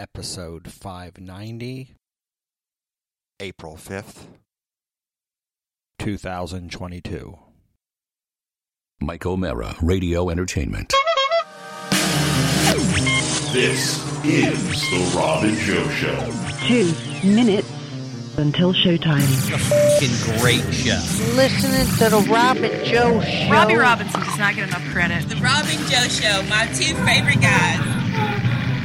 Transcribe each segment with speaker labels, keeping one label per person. Speaker 1: episode 590,
Speaker 2: April 5th.
Speaker 1: 2022.
Speaker 3: Mike O'Mara, Radio Entertainment.
Speaker 4: This is the Rob and Joe Show.
Speaker 5: two minutes until showtime.
Speaker 6: listening to the Robin Joe show.
Speaker 7: Robbie Robinson does not get enough credit.
Speaker 8: The Robin Joe Show, my two favorite guys.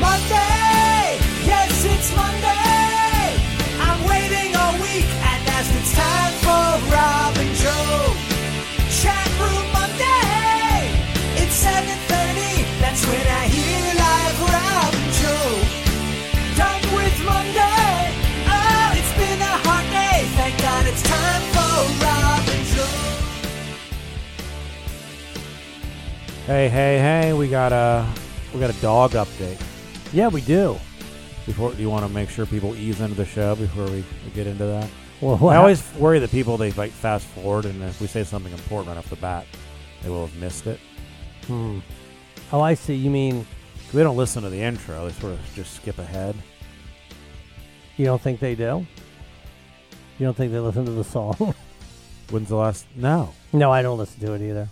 Speaker 9: Monday! Yes, it's Monday! I'm waiting all week, and as it's time for Rob and Joe. Chat Room Monday! It's 7.30, that's when I hear live Rob and Joe. Done with Monday! Oh, it's been a hard day, thank God it's time for Rob and Joe.
Speaker 10: Hey, hey, hey! We got a we got a dog update. Yeah, we do. Before, do you want to make sure people ease into the show before we, we get into that?
Speaker 9: Well,
Speaker 10: I always worry that people they like fast forward, and if we say something important right off the bat, they will have missed it.
Speaker 9: Oh, I see. You mean
Speaker 10: They don't listen to the intro; they sort of just skip ahead.
Speaker 9: you don't think they do? You don't think they listen to the song?
Speaker 10: When's the last? No,
Speaker 9: no, I don't listen to it either.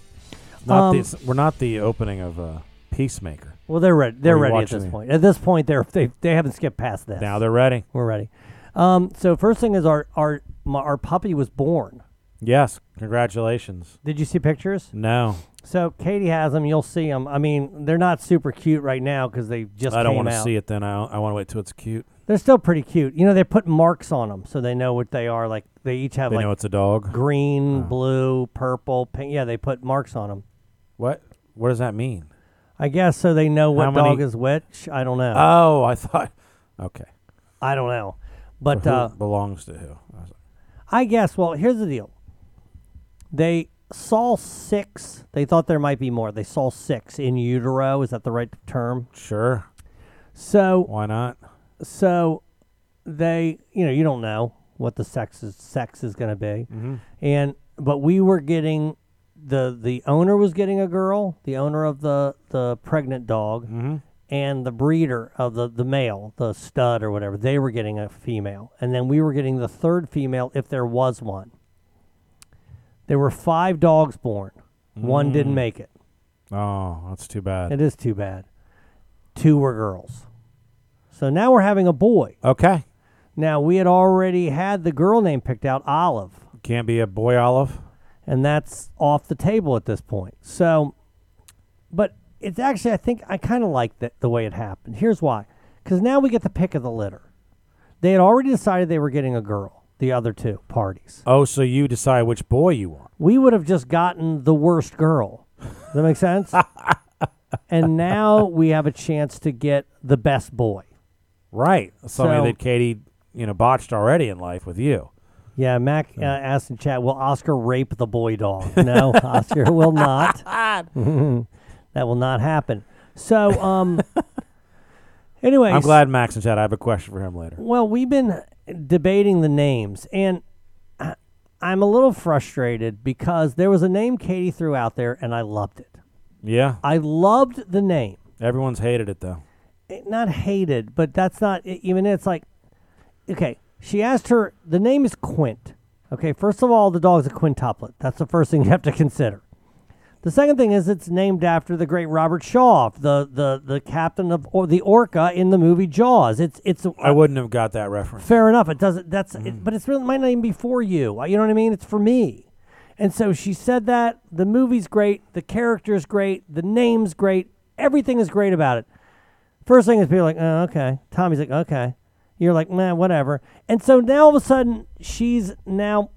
Speaker 10: not
Speaker 9: Um,
Speaker 10: the, we're not the opening of uh, Peacemaker.
Speaker 9: Well, they're ready. They're
Speaker 10: Are you
Speaker 9: ready at
Speaker 10: watching
Speaker 9: this
Speaker 10: me?
Speaker 9: point. At this point, they're they, they haven't skipped past this.
Speaker 10: Now they're ready.
Speaker 9: we're ready. Um, so first thing is our our my, our puppy was born.
Speaker 10: Yes, congratulations.
Speaker 9: Did you see pictures?
Speaker 10: No,
Speaker 9: So Katie has them. You'll see them. I mean, they're not super cute right now because they just.
Speaker 10: I don't
Speaker 9: want
Speaker 10: want to see it. Then I I want to wait till it's cute.
Speaker 9: They're still pretty cute. You know, they put marks on them so they know what they are. Like they each have
Speaker 10: They
Speaker 9: like
Speaker 10: know Uh-huh. it's a dog.
Speaker 9: green, blue, purple, pink. Yeah, they put marks on them.
Speaker 10: What? What does that mean?
Speaker 9: I guess so they know what
Speaker 10: How many-
Speaker 9: dog is which. I don't know.
Speaker 10: Oh, I thought. Okay.
Speaker 9: I don't know.
Speaker 10: But
Speaker 9: But
Speaker 10: who
Speaker 9: uh,
Speaker 10: belongs to who? I was like,
Speaker 9: I guess. Well, here's the deal. They saw six. They thought there might be more. They saw six in utero. Is that the right term?
Speaker 10: Sure.
Speaker 9: So,
Speaker 10: Why not?
Speaker 9: so they, you know, you don't know what the sex is, sex is going to be, and but we were getting the the owner was getting a girl, the owner of the the pregnant dog, and the breeder of the the male, the stud or whatever, they were getting a female, and then we were getting the third female if there was one. There were five dogs born. One didn't make it.
Speaker 10: Oh, that's too bad.
Speaker 9: It is too bad. Two were girls. So now we're having a boy.
Speaker 10: okay.
Speaker 9: Now we had already had the girl name picked out, Olive,
Speaker 10: Can't be a boy olive.
Speaker 9: and that's off the table at this point. So, but it's actually I think I kind of like that the way it happened. Here's why: because now we get the pick of the litter. They had already decided they were getting a girl. The other two parties,
Speaker 10: Oh, so you decide which boy you want.
Speaker 9: we would have just gotten the worst girl. Does that make sense? and now we have a chance to get the best boy.
Speaker 10: Right. Something
Speaker 9: So-
Speaker 10: that Katie, you know, botched already in life with you.
Speaker 9: Yeah, Mac uh, asked in chat, will Oscar rape the boy dog? No, Oscar will not. that will not happen. So, um, anyways.
Speaker 10: I'm glad Max and Chad. I have a question for him later.
Speaker 9: Well, we've been debating the names, and I- I'm a little frustrated because there was a name Katie threw out there, and I loved it.
Speaker 10: Yeah.
Speaker 9: I loved the name.
Speaker 10: Everyone's hated it though.
Speaker 9: it- not hated, but that's not it, even it's like okay, she asked her the name is Quint. Okay, first of all, the dog's a quintuplet. That's the first thing you have to consider. The second thing is it's named after the great Robert Shaw, the the the captain of or the orca in the movie Jaws. It's it's
Speaker 10: I wouldn't have got that reference.
Speaker 9: fair enough. It doesn't. That's. It, but it's really might not even be for you. Uh, You know what I mean? It's for me. And so she said that the movie's great, the character's great, the name's great, everything is great about it. First thing is people are like, oh, okay. Tommy's like, okay. You're like, man, whatever. And so now all of a sudden she's now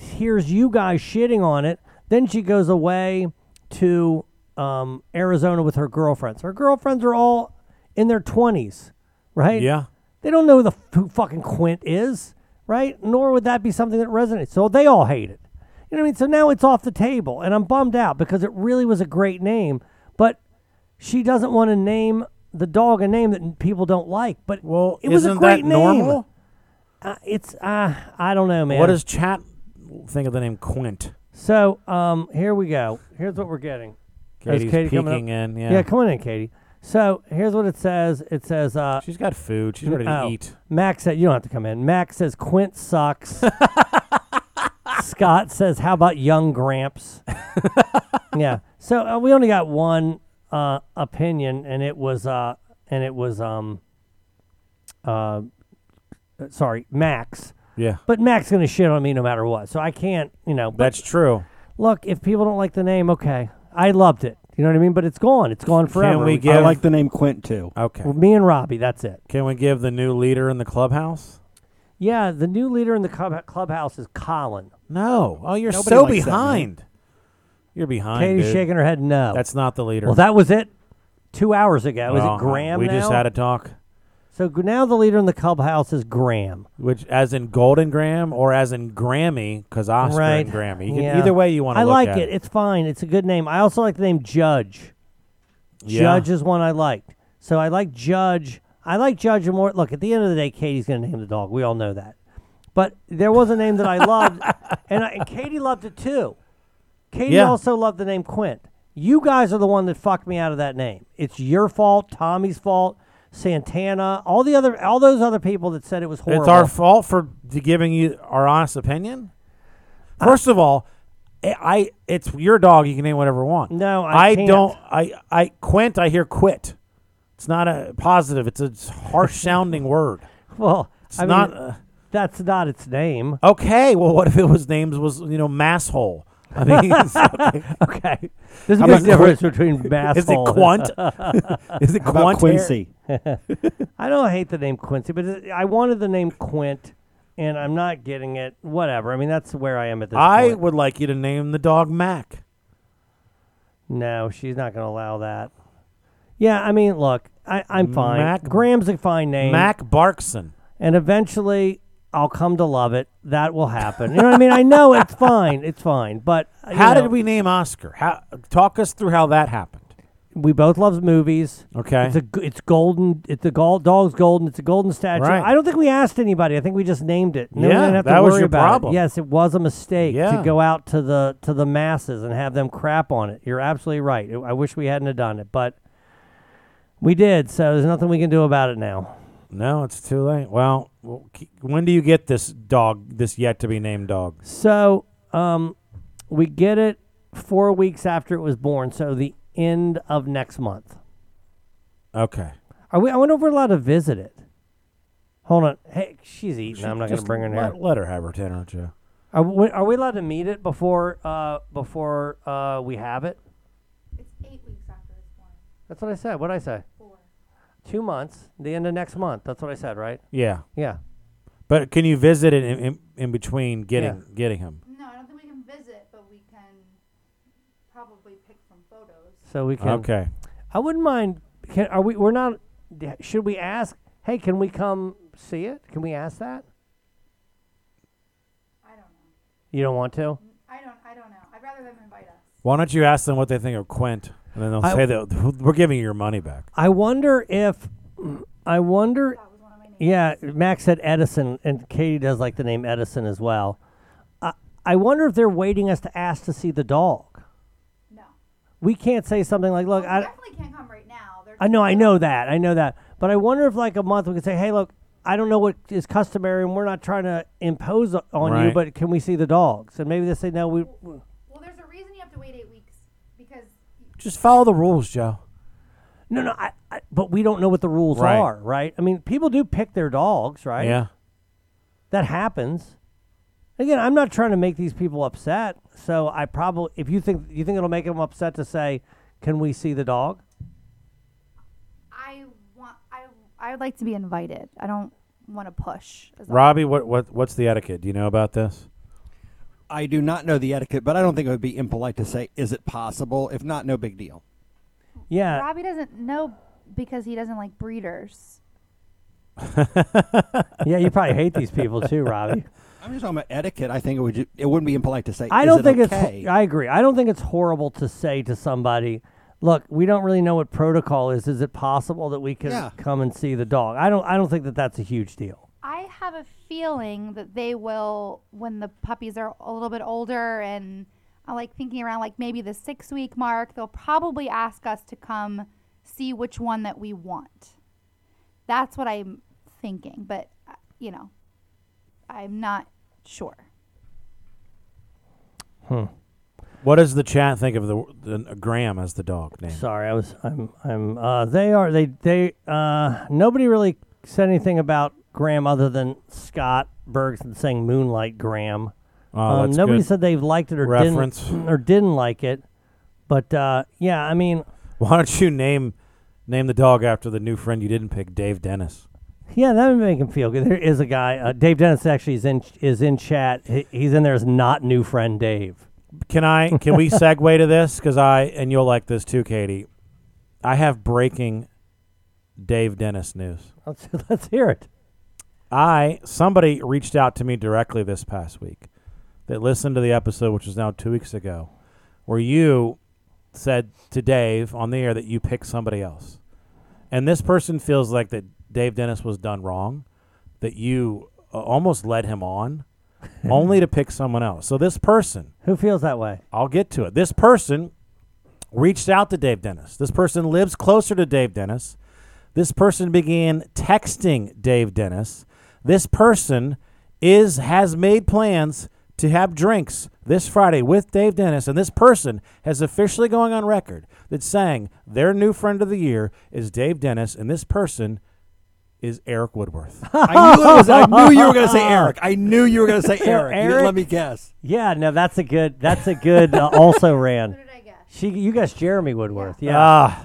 Speaker 9: hears you guys shitting on it. Then she goes away to um, Arizona with her girlfriends. Her girlfriends are all in their twenties, right?
Speaker 10: Yeah.
Speaker 9: They don't know who the f- who fucking Quint is, right? Nor would that be something that resonates. So they all hate it. You know what I mean? So now it's off the table, and I'm bummed out because it really was a great name, but she doesn't want to name the dog a name that people don't like. But well, it was a
Speaker 10: isn't that
Speaker 9: great name.
Speaker 10: normal?
Speaker 9: Uh, it's uh, I don't know, man.
Speaker 10: What does chat think of the name Quint?
Speaker 9: So um, here we go. Here's what we're getting. Is
Speaker 10: Katie's
Speaker 9: Katie coming up?
Speaker 10: peeking in, yeah.
Speaker 9: yeah, come on in, Katie. So here's what it says. It says uh,
Speaker 10: She's got food. She's ready to
Speaker 9: oh,
Speaker 10: eat.
Speaker 9: Max said you don't have to come in. Max says Quint sucks. Scott says, "How about young Gramps?" yeah. So uh, we only got one uh, opinion, and it was uh, and it was um, uh, sorry, Max.
Speaker 10: Yeah.
Speaker 9: But Mac's gonna shit on me no matter what, so I can't, you know. But
Speaker 10: That's true.
Speaker 9: look, if people don't like the name, okay, I loved it. You know what I mean? But it's gone. It's gone forever.
Speaker 10: we
Speaker 9: get
Speaker 10: get-
Speaker 1: I
Speaker 10: Yeah.
Speaker 1: like the name Quint too.
Speaker 10: Okay.
Speaker 9: me and Robbie. That's it.
Speaker 10: Can we give the new leader in the clubhouse?
Speaker 9: Yeah, the new leader in the club- clubhouse is Colin.
Speaker 10: No. Oh, you're
Speaker 1: Nobody
Speaker 10: so
Speaker 1: likes that
Speaker 10: behind. you're behind.
Speaker 9: Katie's
Speaker 10: dude.
Speaker 9: shaking her head no.
Speaker 10: That's not the leader.
Speaker 9: well, that was it. Two hours ago,
Speaker 10: Well,
Speaker 9: is it Graham?
Speaker 10: We
Speaker 9: now?
Speaker 10: just had a talk.
Speaker 9: So g- now the leader in the clubhouse is Graham.
Speaker 10: Which, as in Golden Graham or as in Grammy, because Oscar
Speaker 9: right.
Speaker 10: and Grammy. You can-
Speaker 9: Yeah.
Speaker 10: Either way you want to
Speaker 9: I
Speaker 10: look
Speaker 9: like
Speaker 10: at
Speaker 9: it. It's fine. It's a good name. I also like the name Judge.
Speaker 10: Yeah.
Speaker 9: Judge is one I liked. So I like Judge. I like Judge more. Look, at the end of the day, Katie's going to name the dog. We all know that. But there was a name that I loved, and, I, and Katie loved it too. Katie
Speaker 10: Yeah.
Speaker 9: also loved the name Quint. You guys are the one that fucked me out of that name. It's your fault, Tommy's fault, Santana, all the other, all those other people that said it was horrible.
Speaker 10: It's our fault for d- giving you our honest opinion. First of all, I, I it's your dog. You can name whatever you want.
Speaker 9: No, I can't.
Speaker 10: don't. I I quint. I hear quit. It's not a positive. It's a s- harsh sounding word.
Speaker 9: well,
Speaker 10: It's
Speaker 9: I mean,
Speaker 10: not. uh,
Speaker 9: that's not its name.
Speaker 10: okay. Well, what if it was names was you know masshole? I mean, it's okay.
Speaker 9: Okay, there's a
Speaker 10: about
Speaker 9: big difference between basshole.
Speaker 10: is it
Speaker 9: and-
Speaker 10: quant? is it
Speaker 1: How about
Speaker 10: quant?
Speaker 1: Quincy?
Speaker 9: I don't hate the name Quincy, but it, I wanted the name Quint, and I'm not getting it. Whatever. I mean, that's where I am at this
Speaker 10: I
Speaker 9: point.
Speaker 10: would like you to name the dog Mac.
Speaker 9: no, she's not going to allow that. Yeah, I mean, look, I, I'm fine.
Speaker 10: Mac-
Speaker 9: Graham's a fine name,
Speaker 10: Mac Barkson.
Speaker 9: and eventually I'll come to love it. That will happen. You know what I mean? I know it's fine. It's fine. But uh, you
Speaker 10: How
Speaker 9: know,
Speaker 10: did we name Oscar? How talk us through how that happened.
Speaker 9: We both love movies.
Speaker 10: Okay.
Speaker 9: It's a g- it's golden. It's a gol- dog's golden. It's a golden statue.
Speaker 10: Right.
Speaker 9: I don't think we asked anybody. I think we just named it. No, we
Speaker 10: Yeah,
Speaker 9: didn't have to
Speaker 10: that was
Speaker 9: worry
Speaker 10: your
Speaker 9: about it.
Speaker 10: problem.
Speaker 9: Yes, it was a mistake to
Speaker 10: Yeah.
Speaker 9: go out to the to the masses and have them crap on it. You're absolutely right. I wish we hadn't have done it, but we did. So there's nothing we can do about it now.
Speaker 10: No, it's too late. Well, well, ke- when do you get this dog, this yet to be named dog?
Speaker 9: So um, we get it four weeks after it was born. So the end of next month.
Speaker 10: Okay.
Speaker 9: Are we? I wonder if we're allowed to visit it. Hold on. Hey, she's eating. I'm not going to
Speaker 10: Just
Speaker 9: bring her in here.
Speaker 10: let, let her have her dinner, Joe.
Speaker 9: Are we, are we allowed to meet it before uh, before uh, we have it? It's eight weeks after it's born. That's what I said. What did I say? Four. Two months. The end of next month. That's what I said, right?
Speaker 10: Yeah.
Speaker 9: Yeah.
Speaker 10: But can you visit it in, in, in between getting
Speaker 9: Yeah.
Speaker 10: getting him?
Speaker 11: No, I don't think we can visit, but we can probably pick some photos.
Speaker 9: So we can.
Speaker 10: Okay.
Speaker 9: I wouldn't mind. Can are we? We're not. d- Should we ask? Hey, can we come see it? Can we ask that?
Speaker 11: I don't know.
Speaker 9: You don't want to.
Speaker 11: I don't. I don't know. I'd rather them invite us.
Speaker 10: Why don't you ask them what they think of Quint, and then they'll
Speaker 9: I-
Speaker 10: say that we're giving you your money back.
Speaker 9: I wonder if. I wonder. Yeah, Max said Edison, and Katie does like the name Edison as well. I I wonder if they're waiting us to ask to see the dog.
Speaker 11: No. Oh,
Speaker 9: We can't say something like, "Look,
Speaker 11: We
Speaker 9: I,
Speaker 11: definitely can't come right now. They're
Speaker 9: I know, I know that, I know that," but I wonder if, like, a month we could say, "Hey, look, I don't know what is customary, and we're not trying to impose o- on you,
Speaker 10: Right.
Speaker 9: but can we see the dogs?" And maybe they say, "No, we." we-
Speaker 11: Well, there's a reason you have to wait eight weeks because
Speaker 10: Just follow the rules, Joe.
Speaker 9: No, no, I, I, but we don't know what the rules
Speaker 10: Right.
Speaker 9: are, right? I mean, people do pick their dogs, right?
Speaker 10: Yeah.
Speaker 9: that happens. Again, I'm not trying to make these people upset. So I probably, if you think you think it'll make them upset to say, "Can we see the dog?"
Speaker 11: I want. I I would like to be invited. I don't want to push. Is all.
Speaker 10: Robbie, what what what's the etiquette? Do you know about this?
Speaker 1: I do not know the etiquette, but I don't think it would be impolite to say, "Is it possible?" If not, no big deal.
Speaker 9: Yeah.
Speaker 11: Robbie doesn't know because he doesn't like breeders.
Speaker 9: yeah, you probably hate these people too, Robbie.
Speaker 1: I'm just talking about etiquette. I think it would. ju- It wouldn't be impolite to say.
Speaker 9: I
Speaker 1: "Is
Speaker 9: don't
Speaker 1: it
Speaker 9: think
Speaker 1: okay?"
Speaker 9: it's. I agree. I don't think it's horrible to say to somebody, "Look, we don't really know what protocol is. Is it possible that we can
Speaker 11: Yeah.
Speaker 9: come and see the dog?" I don't. I don't think that that's a huge deal.
Speaker 11: I have a feeling that they will when the puppies are a little bit older and I like thinking around like maybe the 6 week mark, they'll probably ask us to come see which one that we want. That's what I'm thinking, but uh, you know, I'm not sure.
Speaker 10: Hmm. What does the chat think of the, the uh, Graham as the dog name?
Speaker 9: Sorry, I was. I'm. I'm. Uh, they are. They. They. Uh, nobody really said anything about Graham other than Scott Bergson saying Moonlight Graham.
Speaker 10: Oh,
Speaker 9: um,
Speaker 10: that's
Speaker 9: nobody
Speaker 10: good
Speaker 9: said they liked it or
Speaker 10: reference.
Speaker 9: didn't or didn't like it. But uh, yeah, I mean,
Speaker 10: Why don't you name name the dog after the new friend you didn't pick, Dave Dennis?
Speaker 9: Yeah, that would make him feel good. There is a guy, uh, Dave Dennis, actually is in is in chat. He, he's in there as not new friend Dave.
Speaker 10: Can I? Can we segue to this? Because I and you'll like this too, Katie. I have breaking Dave Dennis news.
Speaker 9: Let's let's hear it.
Speaker 10: I somebody reached out to me directly this past week that listened to the episode, which was now two weeks ago, where you said to Dave on the air that you picked somebody else, and this person feels like that Dave Dennis was done wrong, that you uh, almost led him on, only to pick someone else. So this person
Speaker 9: who feels that way,
Speaker 10: I'll get to it. This person reached out to Dave Dennis. This person lives closer to Dave Dennis. This person began texting Dave Dennis. This person is has made plans to have drinks this Friday with Dave Dennis, and this person has officially going on record that saying their new friend of the year is Dave Dennis, and this person is Eric Woodworth.
Speaker 1: I knew, it was, I knew you were going to say Eric. I knew you were going to say Eric. You didn't
Speaker 9: Eric?
Speaker 1: let me guess.
Speaker 9: Yeah, no, that's a good that's a good uh, also ran. She you guessed Jeremy Woodworth. Yeah.
Speaker 10: Ah.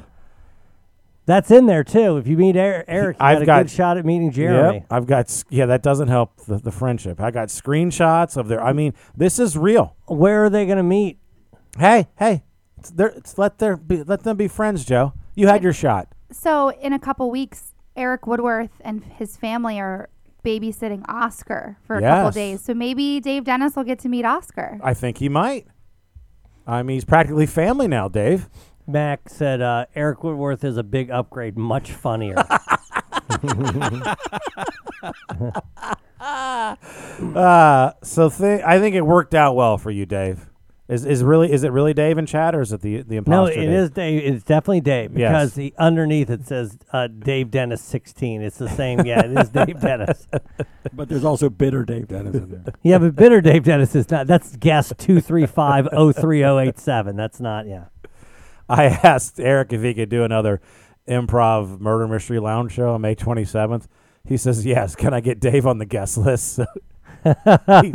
Speaker 9: That's in there too. If you meet Er- Eric, you got a good shot at meeting
Speaker 10: Yep,
Speaker 9: Jeremy.
Speaker 10: I've got s- yeah, that doesn't help the, the friendship. I got screenshots of their. I mean, this is real.
Speaker 9: Where are they going to meet?
Speaker 10: Hey, hey, it's their, it's let their be, let them be friends, Joe. You had your shot.
Speaker 11: So in a couple weeks, Eric Woodworth and his family are babysitting Oscar for a couple
Speaker 10: Yes.
Speaker 11: days. So maybe Dave Dennis will get to meet Oscar.
Speaker 10: I think he might. I mean, he's practically family now, Dave.
Speaker 9: Mac said uh, Eric Woodworth is a big upgrade, much funnier.
Speaker 10: Uh, so thi- I think it worked out well for you, Dave. Is is really is it really Dave in chat or is it the the
Speaker 9: No,
Speaker 10: imposter?
Speaker 9: it is Dave. It's definitely Dave
Speaker 10: Yes.
Speaker 9: because the underneath it says uh, Dave Dennis sixteen. It's the same. Yeah, it is Dave Dennis.
Speaker 1: But there's also bitter Dave Dennis in there.
Speaker 9: Yeah, but bitter Dave Dennis is not. That's guess two three five oh three oh eight seven. That's not. Yeah.
Speaker 10: I asked Eric if he could do another improv murder mystery lounge show on May 27th. He says, Yes, can I get Dave on the guest list? So he-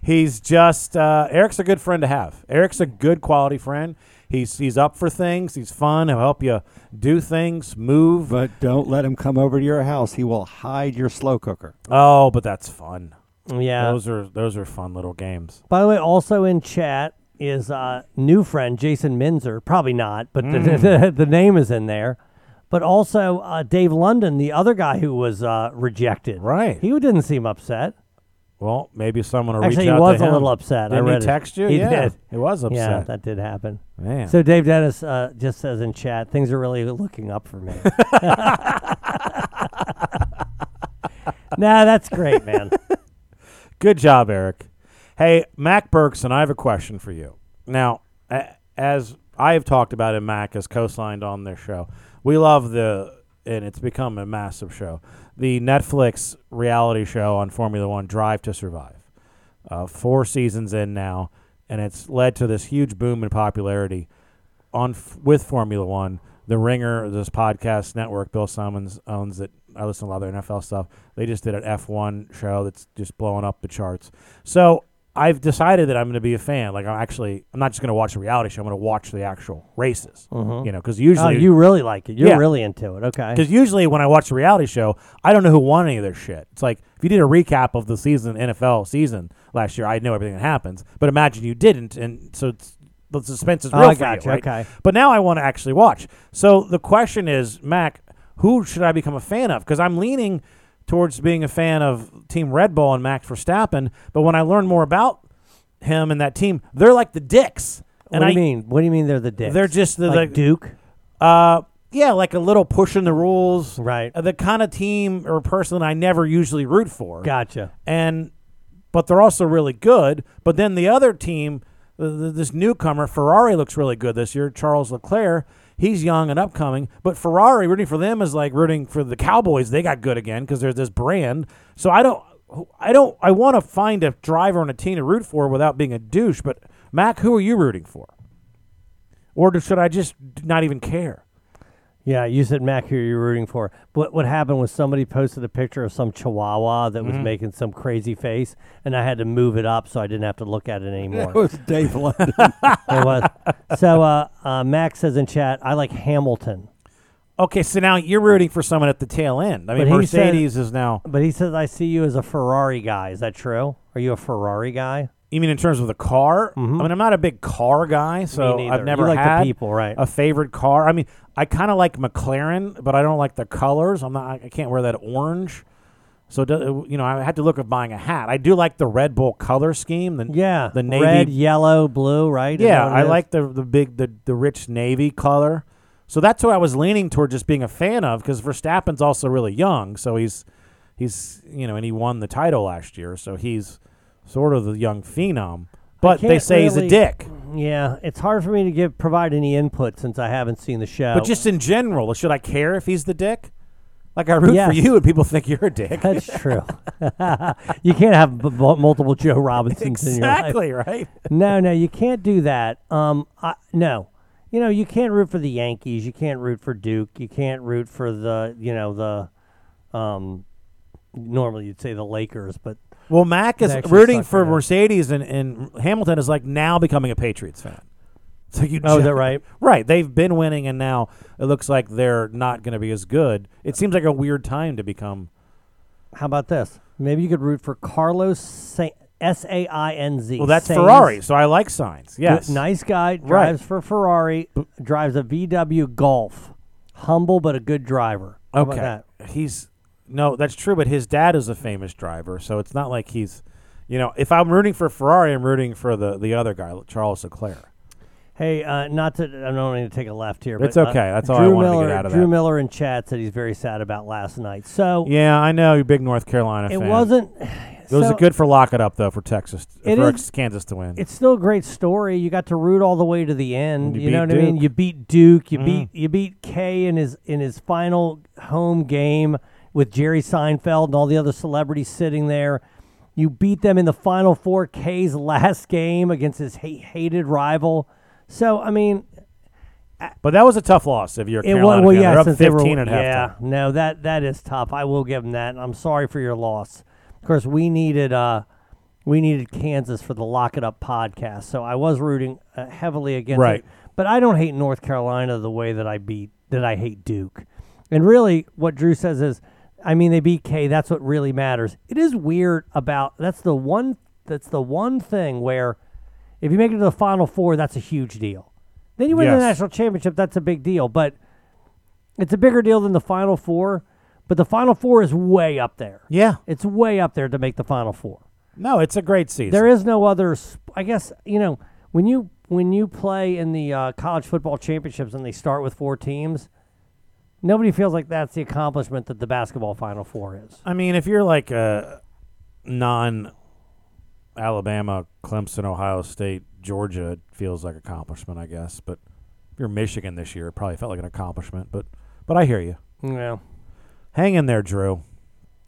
Speaker 10: he's just, uh, Eric's a good friend to have. Eric's a good quality friend. He's, he's up for things. He's fun. He'll help you do things, move.
Speaker 1: But don't let him come over to your house. He will hide your slow cooker.
Speaker 10: Oh, but that's fun.
Speaker 9: Yeah.
Speaker 10: Those are, those are fun little games.
Speaker 9: By the way, also in chat is uh, new friend Jason Minzer. Probably not, but the,
Speaker 10: Mm.
Speaker 9: the, name is in there. But also uh, Dave London, the other guy who was uh, rejected.
Speaker 10: Right.
Speaker 9: He didn't seem upset.
Speaker 10: Well, maybe someone will
Speaker 9: Actually,
Speaker 10: reach
Speaker 9: he
Speaker 10: out
Speaker 9: was
Speaker 10: to
Speaker 9: a
Speaker 10: him.
Speaker 9: little upset.
Speaker 10: Didn't
Speaker 9: I read
Speaker 10: he
Speaker 9: it.
Speaker 10: text you?
Speaker 9: He
Speaker 10: yeah,
Speaker 9: did.
Speaker 10: He was upset.
Speaker 9: Yeah, that did happen.
Speaker 10: Man.
Speaker 9: So Dave Dennis uh, just says in chat, things are really looking up for me. nah, that's great, man.
Speaker 10: Good job, Eric. Hey, Mac Bergson, I have a question for you. Now, a- as I have talked about it, Mac has co-signed on their show. We love the, and it's become a massive show. The Netflix reality show on Formula One, Drive to Survive, uh, four seasons in now, and it's led to this huge boom in popularity on f- with Formula One. The Ringer, this podcast network, Bill Simmons owns it. I listen to a lot of their NFL stuff. They just did an F1 show that's just blowing up the charts. So I've decided that I'm going to be a fan. Like I'm actually, I'm not just going to watch a reality show. I'm going to watch the actual races.
Speaker 9: Mhm.
Speaker 10: You know, because usually
Speaker 9: Oh, you really like it. You're
Speaker 10: Yeah.
Speaker 9: really into it. Okay.
Speaker 10: Because usually when I watch a reality show, I don't know who won any of their shit. It's like if you did a recap of the season, NFL season last year, I'd know everything that happens. But imagine you didn't, and so it's, the suspense is
Speaker 9: Oh,
Speaker 10: real
Speaker 9: I
Speaker 10: for
Speaker 9: gotcha,
Speaker 10: you, right?
Speaker 9: okay.
Speaker 10: But now I want to actually watch. So the question is, Mac, who should I become a fan of? Because I'm leaning towards being a fan of Team Red Bull and Max Verstappen. But when I learn more about him and that team, they're like the dicks.
Speaker 9: What
Speaker 10: and
Speaker 9: do you
Speaker 10: I-
Speaker 9: mean? What do you mean they're the dicks?
Speaker 10: they're just the,
Speaker 9: Like
Speaker 10: the-
Speaker 9: Duke.
Speaker 10: Uh, yeah, like a little pushing the rules.
Speaker 9: Right.
Speaker 10: Uh, The kind of team or person I never usually root for.
Speaker 9: Gotcha.
Speaker 10: And but they're also really good. But then the other team, th- th- this newcomer Ferrari looks really good this year. Charles Leclerc, he's young and upcoming. But Ferrari rooting for them is like rooting for the Cowboys. They got good again because there's this brand. So I don't. I don't. I want to find a driver and a team to root for without being a douche. But Mac, who are you rooting for? Or do- should I just d- not even care?
Speaker 9: Yeah, you said Mac who you're rooting for. What what happened was somebody posted a picture of some chihuahua that was
Speaker 10: Mhm.
Speaker 9: making some crazy face and I had to move it up so I didn't have to look at it anymore.
Speaker 1: It was Dave London.
Speaker 9: It was. So uh, uh, Mac says in chat, I like Hamilton.
Speaker 10: Okay, so now you're rooting for someone at the tail end. I mean,
Speaker 9: But he said-
Speaker 10: Mercedes is now.
Speaker 9: But he says I see you as a Ferrari guy. Is that true? Are you a Ferrari guy?
Speaker 10: You mean in terms of the car? I mean, I'm not a big car guy, so
Speaker 9: Mm-hmm. neither.
Speaker 10: I've never
Speaker 9: You like the
Speaker 10: had
Speaker 9: people, right.
Speaker 10: a favorite car. I mean, I kind of like McLaren, but I don't like the colors. I'm not. I can't wear that orange. So it does- you know, I had to look at buying a hat. I do like the Red Bull color scheme. The,
Speaker 9: Yeah.
Speaker 10: the navy
Speaker 9: Red, yellow, blue, right? Is
Speaker 10: Yeah,
Speaker 9: that what it
Speaker 10: I
Speaker 9: is?
Speaker 10: like the the big the, the rich navy color. So that's what I was leaning toward just being a fan of because Verstappen's also really young, so he's he's you know, and he won the title last year, so he's sort of the young phenom. But they
Speaker 9: can't
Speaker 10: say he's a
Speaker 9: really-
Speaker 10: dick.
Speaker 9: Yeah, it's hard for me to give provide any input since I haven't seen the show.
Speaker 10: But just in general, should I care if he's the dick? Like I root for
Speaker 9: Yes.
Speaker 10: you, and people think you're a dick.
Speaker 9: that's true. you can't have b- b- multiple Joe Robinsons in your life.
Speaker 10: exactly right.
Speaker 9: no, no, you can't do that. Um, I, no, you know you can't root for the Yankees. You can't root for Duke. You can't root for the you know the, um, normally you'd say the Lakers, but
Speaker 10: Well, Mac is
Speaker 9: They actually
Speaker 10: rooting
Speaker 9: suck
Speaker 10: for
Speaker 9: now.
Speaker 10: Mercedes, and, and Hamilton is like now becoming a Patriots fan. So you
Speaker 9: Oh, is
Speaker 10: ju-
Speaker 9: that right?
Speaker 10: Right. They've been winning, and now it looks like they're not going to be as good. It seems like a weird time to become.
Speaker 9: how about this? Maybe you could root for Carlos Sa- S A I N Z.
Speaker 10: Well, that's
Speaker 9: Sainz.
Speaker 10: Ferrari, so I like signs.
Speaker 9: Good-
Speaker 10: Yes.
Speaker 9: nice guy
Speaker 10: Right.
Speaker 9: drives for Ferrari, drives a VW Golf, humble but a good driver. How about
Speaker 10: Okay.
Speaker 9: that?
Speaker 10: He's no, that's true, but his dad is a famous driver, so it's not like he's. You know, if I'm rooting for Ferrari, I'm rooting for the the other guy, Charles Leclerc.
Speaker 9: Hey, uh, not to, I'm not going to take a left here.
Speaker 10: It's
Speaker 9: but, uh,
Speaker 10: okay. That's all
Speaker 9: Drew
Speaker 10: I wanted to
Speaker 9: Miller,
Speaker 10: get out of
Speaker 9: Drew
Speaker 10: that.
Speaker 9: Miller in chat said he's very sad about last night. So
Speaker 10: Yeah, I know you're a big North Carolina
Speaker 9: it
Speaker 10: fan.
Speaker 9: wasn't.
Speaker 10: It was
Speaker 9: so
Speaker 10: good for lock it up though for Texas
Speaker 9: It
Speaker 10: for
Speaker 9: is-
Speaker 10: Kansas to win.
Speaker 9: It's still a great story. You got to root all the way to the end.
Speaker 10: You
Speaker 9: You, know what
Speaker 10: beat
Speaker 9: I mean?
Speaker 10: Duke.
Speaker 9: You beat Duke. You
Speaker 10: Mhm.
Speaker 9: beat you beat Kay in his in his final home game with Jerry Seinfeld and all the other celebrities sitting there. You beat them in the final four. Kay's last game against his ha- hated rival. So I mean,
Speaker 10: But that was a tough loss if you're a
Speaker 9: It
Speaker 10: Carolina
Speaker 9: was, well,
Speaker 10: fan.
Speaker 9: yeah,
Speaker 10: They're up
Speaker 9: since they were-
Speaker 10: 15 at
Speaker 9: yeah,
Speaker 10: halftime.
Speaker 9: no, that that is tough. I will give them that. and I'm sorry for your loss. Of course, we needed uh, we needed Kansas for the Lock It Up podcast, so I was rooting uh, heavily against
Speaker 10: Right.
Speaker 9: it. But I don't hate North Carolina the way that I beat that I hate Duke. And really, what Drew says is, I mean, they beat K. That's what really matters. It is weird about that's the one that's the one thing where if you make it to the Final Four, that's a huge deal. Then you win
Speaker 10: Yes.
Speaker 9: the national championship. That's a big deal, but it's a bigger deal than the Final Four. But the Final Four is way up there.
Speaker 10: Yeah.
Speaker 9: It's way up there to make the Final Four.
Speaker 10: No, it's a great season.
Speaker 9: There is no other. sp- I guess you know when you when you play in the uh, college football championships and they start with four teams. Nobody feels like that's the accomplishment that the basketball Final Four is.
Speaker 10: I mean, if you're like a non Alabama, Clemson, Ohio State, Georgia, it feels like accomplishment, I guess. But if you're Michigan this year, it probably felt like an accomplishment. But but I hear you.
Speaker 9: Yeah.
Speaker 10: Hang in there, Drew.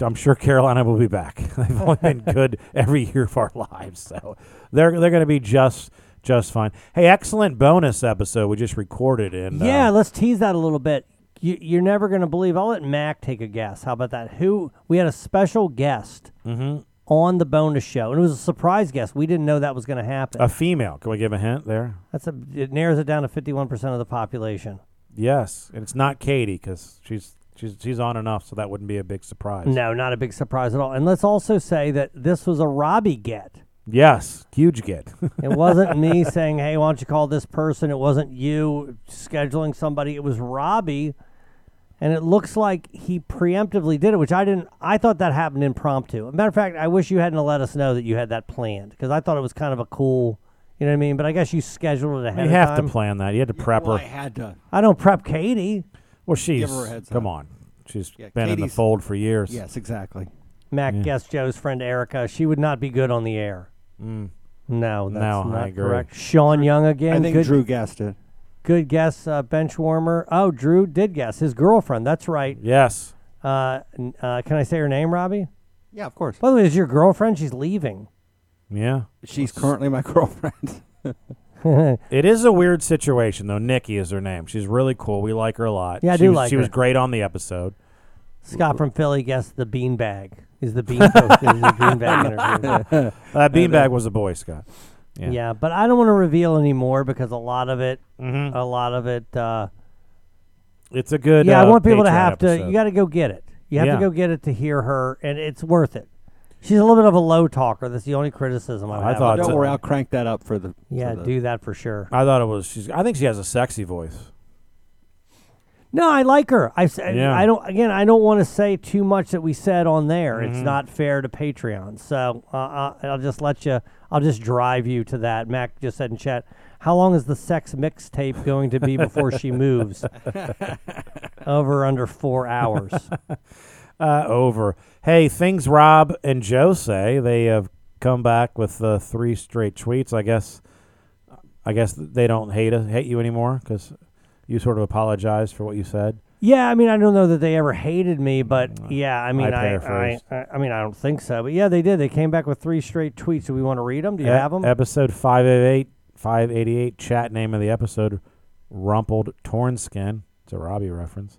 Speaker 10: I'm sure Carolina will be back. They've only been good every year of our lives, so they're they're going to be just just fine. Hey, excellent bonus episode we just recorded, and uh,
Speaker 9: Yeah, let's tease that a little bit. You, you're never going to believe. I'll let Mac take a guess. How about that? Who we had a special guest
Speaker 10: Mhm.
Speaker 9: on the bonus show, and it was a surprise guest. We didn't know that was going to happen.
Speaker 10: A female. Can we give a hint there?
Speaker 9: That's a, it narrows it down to fifty-one percent of the population.
Speaker 10: Yes, and it's not Katie because she's she's she's on enough, so that wouldn't be a big surprise.
Speaker 9: No, not a big surprise at all. And let's also say that this was a Robbie get.
Speaker 10: Yes, huge get.
Speaker 9: It wasn't me saying, "Hey, why don't you call this person?" It wasn't you scheduling somebody. It was Robbie, and it looks like he preemptively did it, which I didn't. I thought that happened impromptu. Matter of fact, I wish you hadn't let us know that you had that planned because I thought it was kind of a cool. You know what I mean? But I guess you scheduled it ahead.
Speaker 10: you
Speaker 9: of
Speaker 10: have to
Speaker 9: time.
Speaker 10: plan that. You had to prep
Speaker 1: Well,
Speaker 10: her.
Speaker 1: I had to.
Speaker 9: I don't prep Katie.
Speaker 10: Well, she's
Speaker 1: her a heads
Speaker 10: come
Speaker 1: up.
Speaker 10: on. She's
Speaker 1: Yeah,
Speaker 10: been in the
Speaker 1: Katie's-
Speaker 10: fold for years.
Speaker 1: Yes, exactly.
Speaker 9: Mac
Speaker 10: Yeah.
Speaker 9: guest Joe's friend Erica. She would not be good on the air.
Speaker 10: Mm.
Speaker 9: No, that's
Speaker 10: No, I
Speaker 9: not
Speaker 10: agree.
Speaker 9: correct. Sean Young again.
Speaker 1: I think
Speaker 9: good,
Speaker 1: Drew guessed it.
Speaker 9: Good guess, uh, bench warmer. Oh, Drew did guess his girlfriend. That's right.
Speaker 10: Yes.
Speaker 9: Uh, n- uh, can I say her name, Robbie?
Speaker 1: Yeah, of course.
Speaker 9: By the way, is your girlfriend? She's leaving.
Speaker 10: Yeah.
Speaker 1: She's currently my girlfriend.
Speaker 10: It is a weird situation though. Nikki is her name. She's really cool. We like her a lot.
Speaker 9: Yeah, I
Speaker 10: she
Speaker 9: do
Speaker 10: was,
Speaker 9: like
Speaker 10: She was
Speaker 9: her.
Speaker 10: great on the episode.
Speaker 9: Scott from Philly guessed the beanbag. Is the bean is the beanbag interview?
Speaker 10: Uh, Beanbag was a boy, Scott.
Speaker 9: Yeah.
Speaker 10: Yeah.
Speaker 9: but I don't want to reveal anymore because a lot of it,
Speaker 1: Mm.
Speaker 10: Mhm.
Speaker 9: a lot of it. Uh,
Speaker 10: It's a good.
Speaker 9: yeah, I
Speaker 10: uh,
Speaker 9: want people to
Speaker 10: Patreon
Speaker 9: have to.
Speaker 10: episode.
Speaker 9: You got to go get it. You have
Speaker 10: Yeah.
Speaker 9: to go get it to hear her, and it's worth it. She's a little bit of a low talker. That's the only criticism I,
Speaker 10: I
Speaker 9: have.
Speaker 10: thought
Speaker 9: of
Speaker 10: so.
Speaker 9: her.
Speaker 1: Don't worry, I'll crank that up for the. for
Speaker 9: Yeah,
Speaker 1: the-
Speaker 9: do that for sure.
Speaker 10: I thought it was. She's. I think she has a sexy voice.
Speaker 9: No, I like her. I s- I-
Speaker 10: Yeah.
Speaker 9: I don't again. I don't want to say too much that we said on there. It's
Speaker 10: Mhm.
Speaker 9: not fair to Patreon. So uh, uh, I'll just let you. I'll just drive you to that. Mac just said in chat. How long is the sex mixtape going to be before she moves? Over or under four hours.
Speaker 10: Uh, over. Hey, things Rob and Joe say. They have come back with uh, three straight tweets. I guess. I guess they don't hate us, hate you anymore because you sort of apologized for what you said.
Speaker 9: Yeah, I mean, I don't know that they ever hated me, but yeah, I mean, I, I,
Speaker 10: Mm. paraphrased.
Speaker 9: I, I mean, I don't think so. But yeah, they did. They came back with three straight tweets. Do we want to read them? Do you
Speaker 10: E-
Speaker 9: have them?
Speaker 10: Episode 588, 588, chat name of the episode, Rumpled Torn Skin. It's a Robbie reference.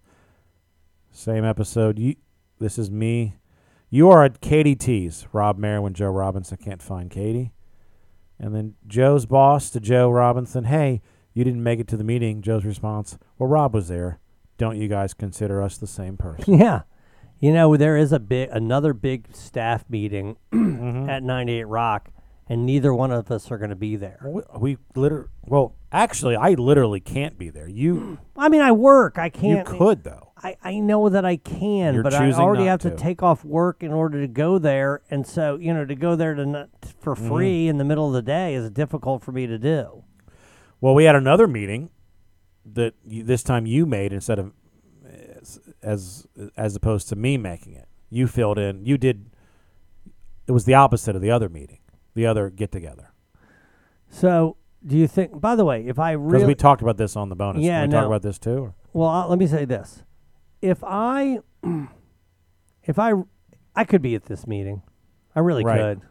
Speaker 10: Same episode. You, this is me. You are at Katie T's. Rob Merriman, Joe Robinson can't find Katie. And then Joe's boss to Joe Robinson, hey, you didn't make it to the meeting. Joe's response, well, Rob was there. Don't you guys consider us the same person?
Speaker 9: Yeah. You know, there is a big another big staff meeting
Speaker 10: Mm-hmm.
Speaker 9: at 98 Rock and neither one of us are going to be there.
Speaker 10: we we literally, well, actually, I literally can't be there. You,
Speaker 9: I mean, I work. I
Speaker 10: you
Speaker 9: can't
Speaker 10: could, though.
Speaker 9: I, I know that I can,
Speaker 10: You're
Speaker 9: but I
Speaker 10: choosing
Speaker 9: already
Speaker 10: not
Speaker 9: have to.
Speaker 10: to.
Speaker 9: take off work in order to go there, and so you know to go there to not, for
Speaker 10: Mm-hmm.
Speaker 9: free in the middle of the day is difficult for me to do.
Speaker 10: Well, we had another meeting that you, this time you made instead of as, as as opposed to me making it. You filled in. You did. It was the opposite of the other meeting, the other get together.
Speaker 9: So, do you think? By the way, if I
Speaker 10: Because
Speaker 9: really
Speaker 10: we talked about this on the bonus.
Speaker 9: Yeah,
Speaker 10: Can we
Speaker 9: no.
Speaker 10: talk about this too. Or?
Speaker 9: Well, i let me say this: if I, if I, I could be at this meeting, I really
Speaker 10: Right.
Speaker 9: could.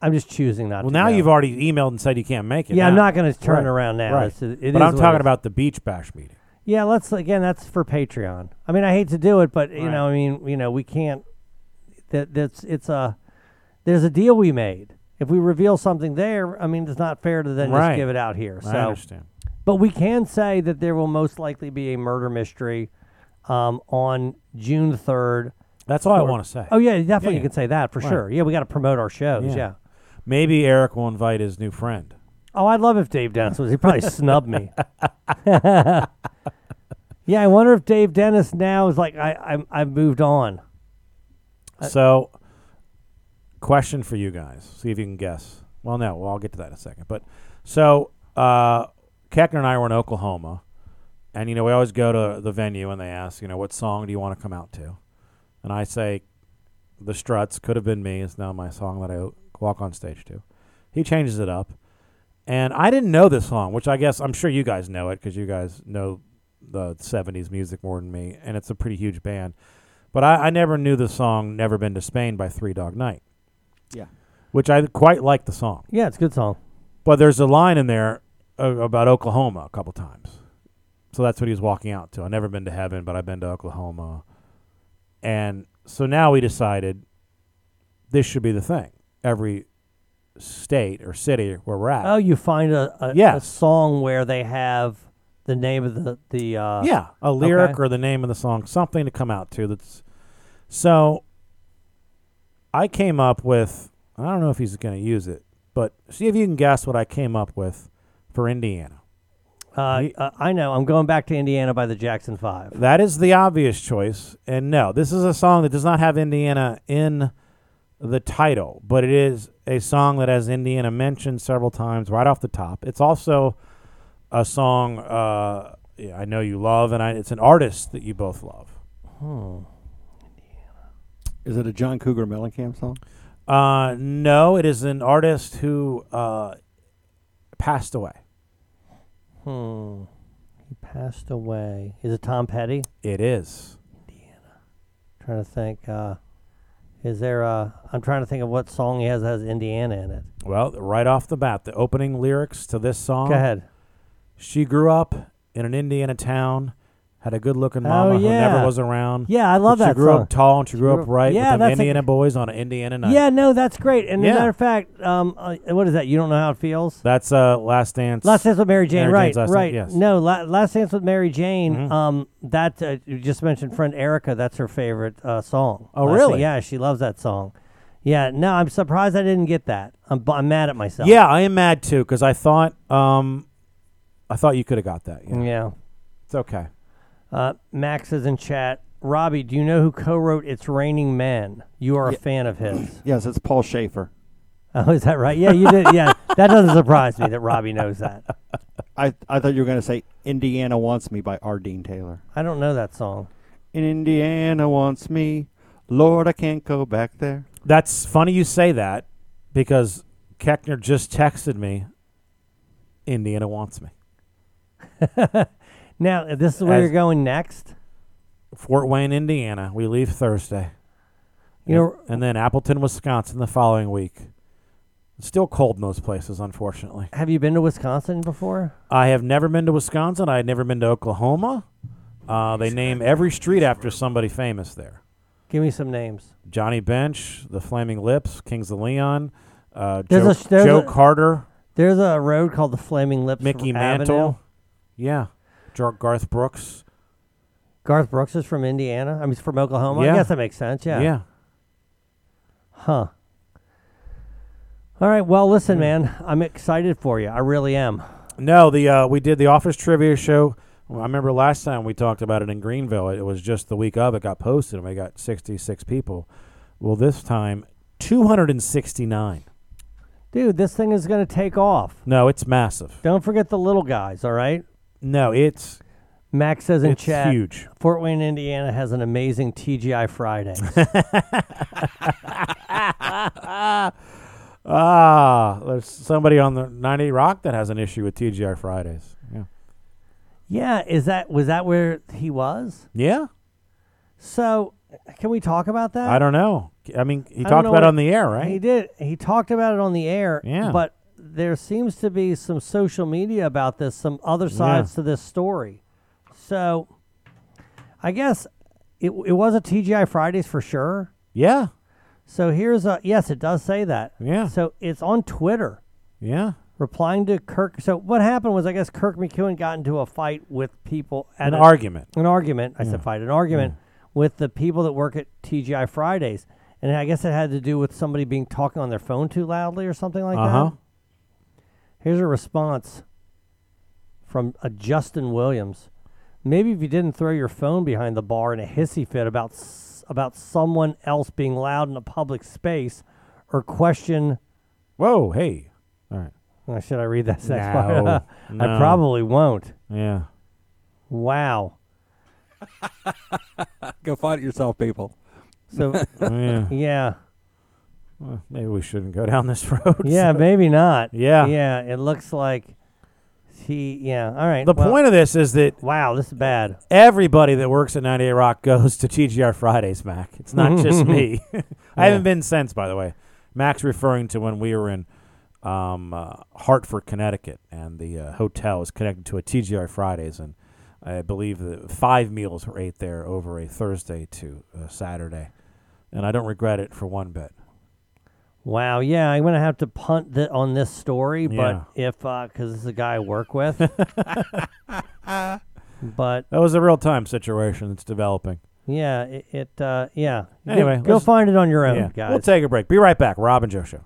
Speaker 9: I'm just choosing not.
Speaker 10: Well,
Speaker 9: to
Speaker 10: now
Speaker 9: go.
Speaker 10: you've already emailed and said you can't make it.
Speaker 9: Yeah, I'm
Speaker 10: now.
Speaker 9: not going to turn
Speaker 10: Right.
Speaker 9: around now.
Speaker 10: Right.
Speaker 9: It's- it is
Speaker 10: but I'm
Speaker 9: what it
Speaker 10: talking
Speaker 9: is.
Speaker 10: about the beach bash meeting.
Speaker 9: Yeah, let's again. That's for Patreon. I mean, I hate to do it, but you
Speaker 10: Right.
Speaker 9: know, I mean, you know, we can't. That that's it's a there's a deal we made. If we reveal something there, I mean, it's not fair to then
Speaker 10: Right.
Speaker 9: just give it out here. So
Speaker 10: I understand.
Speaker 9: but we can say that there will most likely be a murder mystery um, on June 3rd.
Speaker 10: That's all I
Speaker 9: for-
Speaker 10: want to say.
Speaker 9: Oh, yeah, definitely
Speaker 10: Yeah,
Speaker 9: you can say that for
Speaker 10: Right.
Speaker 9: sure. Yeah, we got to promote our shows. Yeah.
Speaker 10: Yeah. Maybe Eric will invite his new friend.
Speaker 9: Oh, I'd love if Dave Dennis was. He probably snubbed me. yeah, I wonder if Dave Dennis now is like, I, I, I've moved on.
Speaker 10: So, question for you guys. See if you can guess. Well, no, well, I'll get to that in a second. But so, uh, Keckner and I were in Oklahoma, and you know we always go to the venue and they ask, you know, what song do you want to come out to? And I say, The Struts could have been me. It's now my song that I o- walk on stage to. He changes it up, and I didn't know this song, which I guess I'm sure you guys know it because you guys know the '70s music more than me, and it's a pretty huge band. But I, I never knew the song "Never Been to Spain" by Three Dog Night,
Speaker 1: Yeah.
Speaker 10: which I quite like the song.
Speaker 9: Yeah, it's a good song.
Speaker 10: But there's a line in there uh, about Oklahoma a couple times. So that's what he was walking out to. I've never been to heaven, but I've been to Oklahoma. And so now we decided this should be the thing. Every state or city where we're at.
Speaker 9: Oh, you find a a,
Speaker 10: Yes.
Speaker 9: a song where they have the name of the the uh,
Speaker 10: yeah, a lyric
Speaker 9: okay.
Speaker 10: or the name of the song, something to come out to. That's so. I came up with. I don't know if he's going to use it, but see if you can guess what I came up with for Indiana.
Speaker 9: Uh, uh, I know. I'm going back to Indiana by the Jackson Five.
Speaker 10: That is the obvious choice, and no, this is a song that does not have Indiana in the title, but it is a song that has Indiana mentioned several times right off the top. It's also a song uh, yeah, I know you love, and I, it's an artist that you both love.
Speaker 9: Hmm.
Speaker 1: Is it a John Cougar Mellencamp song?
Speaker 10: Uh, no, it is an artist who uh, passed away.
Speaker 9: Hmm. He passed away. Is it Tom Petty?
Speaker 10: It is.
Speaker 9: trying to think. Uh, is there a? I'm trying to think of what song he has that has Indiana in it.
Speaker 10: Well, right off the bat, the opening lyrics to this song.
Speaker 9: Go ahead.
Speaker 10: She grew up in an Indiana town, had a good-looking
Speaker 9: Oh,
Speaker 10: mama who
Speaker 9: yeah.
Speaker 10: never was around.
Speaker 9: Yeah, I love
Speaker 10: But
Speaker 9: that
Speaker 10: She grew
Speaker 9: song.
Speaker 10: up tall and she grew,
Speaker 9: grew
Speaker 10: up
Speaker 9: up-
Speaker 10: right
Speaker 9: Yeah,
Speaker 10: with them
Speaker 9: that's a-
Speaker 10: Indiana boys on an Indiana night.
Speaker 9: Yeah, no, that's great. And as
Speaker 10: Yeah.
Speaker 9: a matter of fact, um, uh, what is that? You don't know how it feels.
Speaker 10: That's uh, Last Dance.
Speaker 9: Last Dance with Mary Jane,
Speaker 10: Mary
Speaker 9: right?
Speaker 10: Jane's Last Dance,
Speaker 9: right.
Speaker 10: yes.
Speaker 9: No, la- Last Dance with Mary Jane.
Speaker 10: Mhm.
Speaker 9: Um, that uh, you just mentioned friend Erica. That's her favorite uh, song.
Speaker 10: Oh,
Speaker 9: Last-
Speaker 10: really?
Speaker 9: Yeah, she loves that song. Yeah. No, I'm surprised I didn't get that. I'm, bu- I'm mad at myself.
Speaker 10: Yeah, I am mad too because I thought, um, I thought you could have got that. Yeah,
Speaker 9: Mm, Yeah.
Speaker 10: it's okay.
Speaker 9: Uh, Max is in chat. Robbie, do you know who co-wrote "It's Raining Men"? You are a fan of his.
Speaker 1: Yes, it's Paul Schaefer.
Speaker 9: Oh, is that right? Yeah, you did. Yeah, that doesn't surprise me that Robbie knows that.
Speaker 1: I, I thought you were going to say Indiana Wants Me by R. Dean Taylor.
Speaker 9: I don't know that song.
Speaker 1: Indiana wants me. Lord, I can't go back there.
Speaker 10: That's funny you say that because Keckner just texted me. Indiana wants me.
Speaker 9: Now, uh, this is where
Speaker 10: As-
Speaker 9: you're going next.
Speaker 10: Fort Wayne, Indiana. We leave Thursday.
Speaker 9: You know-
Speaker 10: and then Appleton, Wisconsin, the following week. It's still cold in those places, unfortunately.
Speaker 9: Have you been to Wisconsin before?
Speaker 10: I have never been to Wisconsin. I had never been to Oklahoma. Uh, they name every street after somebody famous there.
Speaker 9: Give me some names.
Speaker 10: Johnny Bench, The Flaming Lips, Kings of Leon, uh,
Speaker 9: There's
Speaker 10: Joe,
Speaker 9: a sh- there's
Speaker 10: Joe
Speaker 9: a-
Speaker 10: Carter,
Speaker 9: There's a road called the Flaming Lips.
Speaker 10: Mickey
Speaker 9: Avenue.
Speaker 10: Mantle. Yeah. Gar- Garth Brooks.
Speaker 9: Garth Brooks is from Indiana. I mean, he's from Oklahoma.
Speaker 10: Yeah.
Speaker 9: I guess that makes sense. Yeah.
Speaker 10: Yeah.
Speaker 9: Huh. All right. Well, listen, man. I'm excited for you. I really am.
Speaker 10: No, the uh, we did the office trivia show. Well, I remember last time we talked about it in Greenville. It, it was just the week of it got posted, and we got sixty six people. Well, this time two hundred and sixty nine.
Speaker 9: Dude, this thing is going to take off.
Speaker 10: No, it's massive.
Speaker 9: Don't forget the little guys, all right?
Speaker 10: No, it's
Speaker 9: Max says in
Speaker 10: It's
Speaker 9: chat,
Speaker 10: huge.
Speaker 9: Fort Wayne, Indiana has an amazing TGI Fridays.
Speaker 10: ah. There's somebody on the ninety Rock that has an issue with TGI Fridays. Yeah.
Speaker 9: yeah, is that was that where he was?
Speaker 10: Yeah.
Speaker 9: So, can we talk about that?
Speaker 10: I don't know. I mean, he
Speaker 9: Uh, I don't
Speaker 10: talked
Speaker 9: know
Speaker 10: about it
Speaker 9: what-
Speaker 10: on the air,
Speaker 9: He
Speaker 10: right?
Speaker 9: did. He talked about it on the air.
Speaker 10: Yeah.
Speaker 9: But there seems to be some social media about this, some other sides to this story. So, I guess it it was a TGI Fridays for sure.
Speaker 10: Yeah.
Speaker 9: So here's a yes, it does say that.
Speaker 10: Yeah.
Speaker 9: So it's on Twitter.
Speaker 10: Yeah.
Speaker 9: replying to Kirk. So what happened was, I guess Kirk McEwen got into a fight with people at
Speaker 10: An
Speaker 9: a-
Speaker 10: argument.
Speaker 9: An argument. I said fight. An argument with the people that work at TGI Fridays, and I guess it had to do with somebody being talking on their phone too loudly or something like
Speaker 10: Uh-huh.
Speaker 9: that. Here's a response from a Justin Williams. Maybe if you didn't throw your phone behind the bar in a hissy fit about s- about someone else being loud in a public space, or question
Speaker 10: Whoa. Hey. All right.
Speaker 9: uh, Should I read that next
Speaker 10: No,
Speaker 9: part?
Speaker 10: no.
Speaker 9: I probably won't.
Speaker 10: Yeah.
Speaker 9: Wow.
Speaker 1: Go find it yourself, people.
Speaker 9: So
Speaker 10: yeah.
Speaker 9: yeah,
Speaker 10: Well, maybe we shouldn't go down this road.
Speaker 9: yeah, maybe not.
Speaker 10: Yeah.
Speaker 9: yeah. It looks like he. Yeah. All right.
Speaker 10: The
Speaker 9: well,
Speaker 10: point of this is that
Speaker 9: Wow, this is bad.
Speaker 10: everybody that works at 98 Rock goes to TGR Fridays, Mac. It's not just me. I haven't been since, by the way. Mac's referring to when we were in um, uh, Hartford, Connecticut, and the uh, hotel is connected to a TGR Fridays. And I believe that five meals were ate there over a Thursday to uh, Saturday. And I don't regret it for one bit.
Speaker 9: Wow, yeah, I'm gonna have to punt th- on this story,
Speaker 1: Yeah.
Speaker 9: but if because this is a guy I work with, but
Speaker 1: That was a real time situation that's developing.
Speaker 9: yeah, it, it uh, yeah. Go-
Speaker 1: Anyway,
Speaker 9: go,
Speaker 1: let's-
Speaker 9: find it on your own,
Speaker 1: Yeah.
Speaker 9: guys.
Speaker 1: We'll take a break. Be right back. Rob and Joe Show.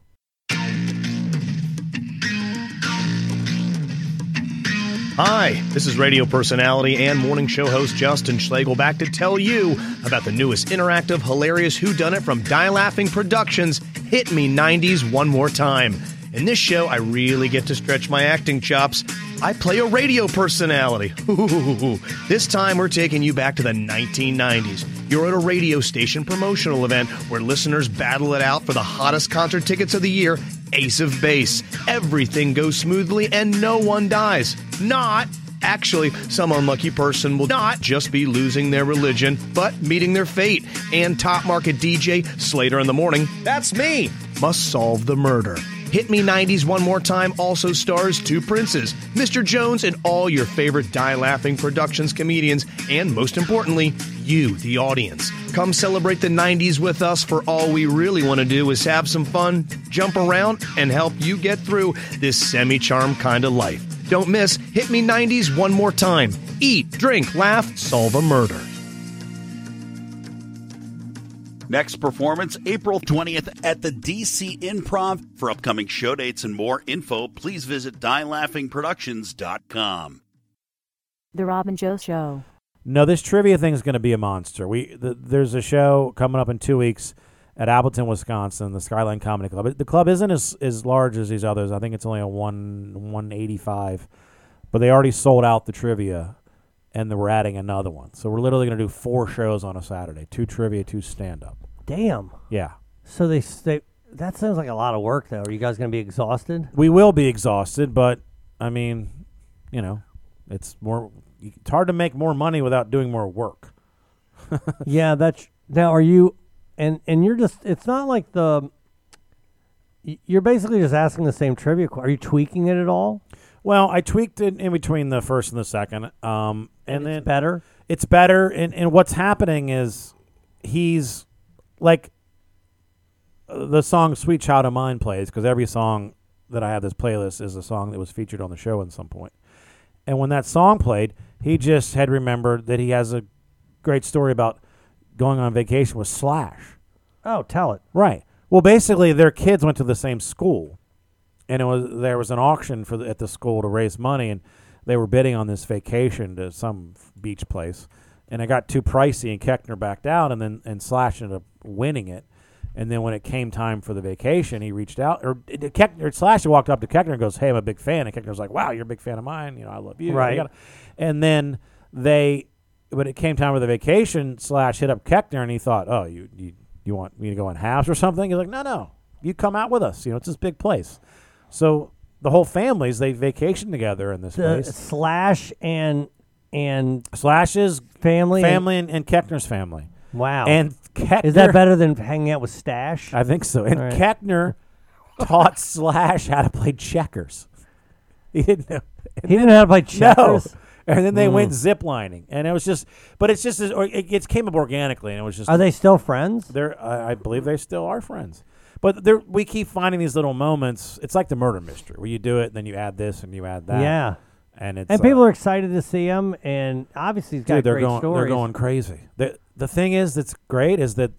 Speaker 10: Hi, this is radio personality and morning show host Justin Schlegel back to tell you about the newest interactive, hilarious Who Done It from Die Laughing Productions, Hit Me 90s One More Time. In this show, I really get to stretch my acting chops. I play a radio personality. Ooh. This time, we're taking you back to the 1990s. You're at a radio station promotional event where listeners battle it out for the hottest concert tickets of the year Ace of Base. Everything goes smoothly and no one dies. Not. Actually, some unlucky person will not just be losing their religion, but meeting their fate. And top market DJ Slater in the morning, that's me, must solve the murder. Hit Me 90s One More Time also stars two princes, Mr. Jones and all your favorite Die Laughing Productions comedians, and most importantly, you, the audience. Come celebrate the 90s with us, for all we really want to do is have some fun, jump around, and help you get through this semi charm kind of life. Don't miss Hit Me 90s One More Time. Eat, drink, laugh, solve a murder.
Speaker 4: Next performance, April 20th at the DC Improv. For upcoming show dates and more info, please visit dielaughingproductions.com.
Speaker 12: The Rob and Joe Show.
Speaker 1: No, this trivia thing is going to be a monster. We th- there's a show coming up in two weeks at Appleton, Wisconsin, the Skyline Comedy Club. It- The club isn't as as large as these others. I think it's only a one one eighty five, but they already sold out the trivia, and then we're adding another one. So we're literally going to do four shows on a Saturday: two trivia, two stand up.
Speaker 9: Damn.
Speaker 1: Yeah.
Speaker 9: So they s- they that sounds like a lot of work though. Are you guys gonna be exhausted?
Speaker 1: We will be exhausted, but I mean, you know, it's more. It's hard to make more money without doing more work.
Speaker 9: yeah, that's now. Are you and and you're just? It's not like the. y- You're basically just asking the same trivia. que- Are you tweaking it at all?
Speaker 1: Well, I tweaked it in between the first and the second, um, and, then
Speaker 9: better.
Speaker 1: It's better, and and what's happening is he's like uh, the song "Sweet Child of Mine" plays because every song that I have this playlist is a song that was featured on the show at some point. And when that song played, he just had remembered that he has a great story about going on vacation with Slash.
Speaker 9: Oh, tell it.
Speaker 1: Right. Well, basically, their kids went to the same school, and it was there was an auction for the, at the school to raise money, and they were bidding on this vacation to some f- beach place, and it got too pricey, and Keckner backed out, and then and Slash ended up winning it, and then when it came time for the vacation, he reached out, or d- d- Keckner Slash walked up to Keckner and goes, "Hey, I'm a big fan," and Keckner's like, "Wow, you're a big fan of mine. You know, I love you."
Speaker 9: Right.
Speaker 1: yada, yada." And then they, when it came time for the vacation, Slash hit up Keckner and he thought, oh, you, you, you want me to go in halves or something? He's like, no, no, you come out with us. You know, it's this big place. So the whole families, they vacation together in this
Speaker 9: The
Speaker 1: place.
Speaker 9: slash and and
Speaker 1: Slash's
Speaker 9: family and-
Speaker 1: family and, and Keckner's family.
Speaker 9: wow.
Speaker 1: And
Speaker 9: is that
Speaker 1: Keckner-
Speaker 9: better than hanging out with Stash?
Speaker 1: I think so. And
Speaker 9: All right.
Speaker 1: Keckner taught Slash how to play checkers. He didn't know. and
Speaker 9: He didn't know how to play checkers?
Speaker 1: No. And then they went
Speaker 9: Mm.
Speaker 1: zip lining, and it was just, but it's just, or it, it came up organically, and it was just.
Speaker 9: Are they still friends?
Speaker 1: They're, I, I believe they still are friends, but there we keep finding these little moments. It's like the murder mystery where you do it, and then you add this and you add that.
Speaker 9: Yeah.
Speaker 1: and it's
Speaker 9: and
Speaker 1: uh,
Speaker 9: people are excited to see him, and obviously he's got
Speaker 1: Dude, they're
Speaker 9: great
Speaker 1: going
Speaker 9: stories.
Speaker 1: they're going crazy. The the thing is that's great is that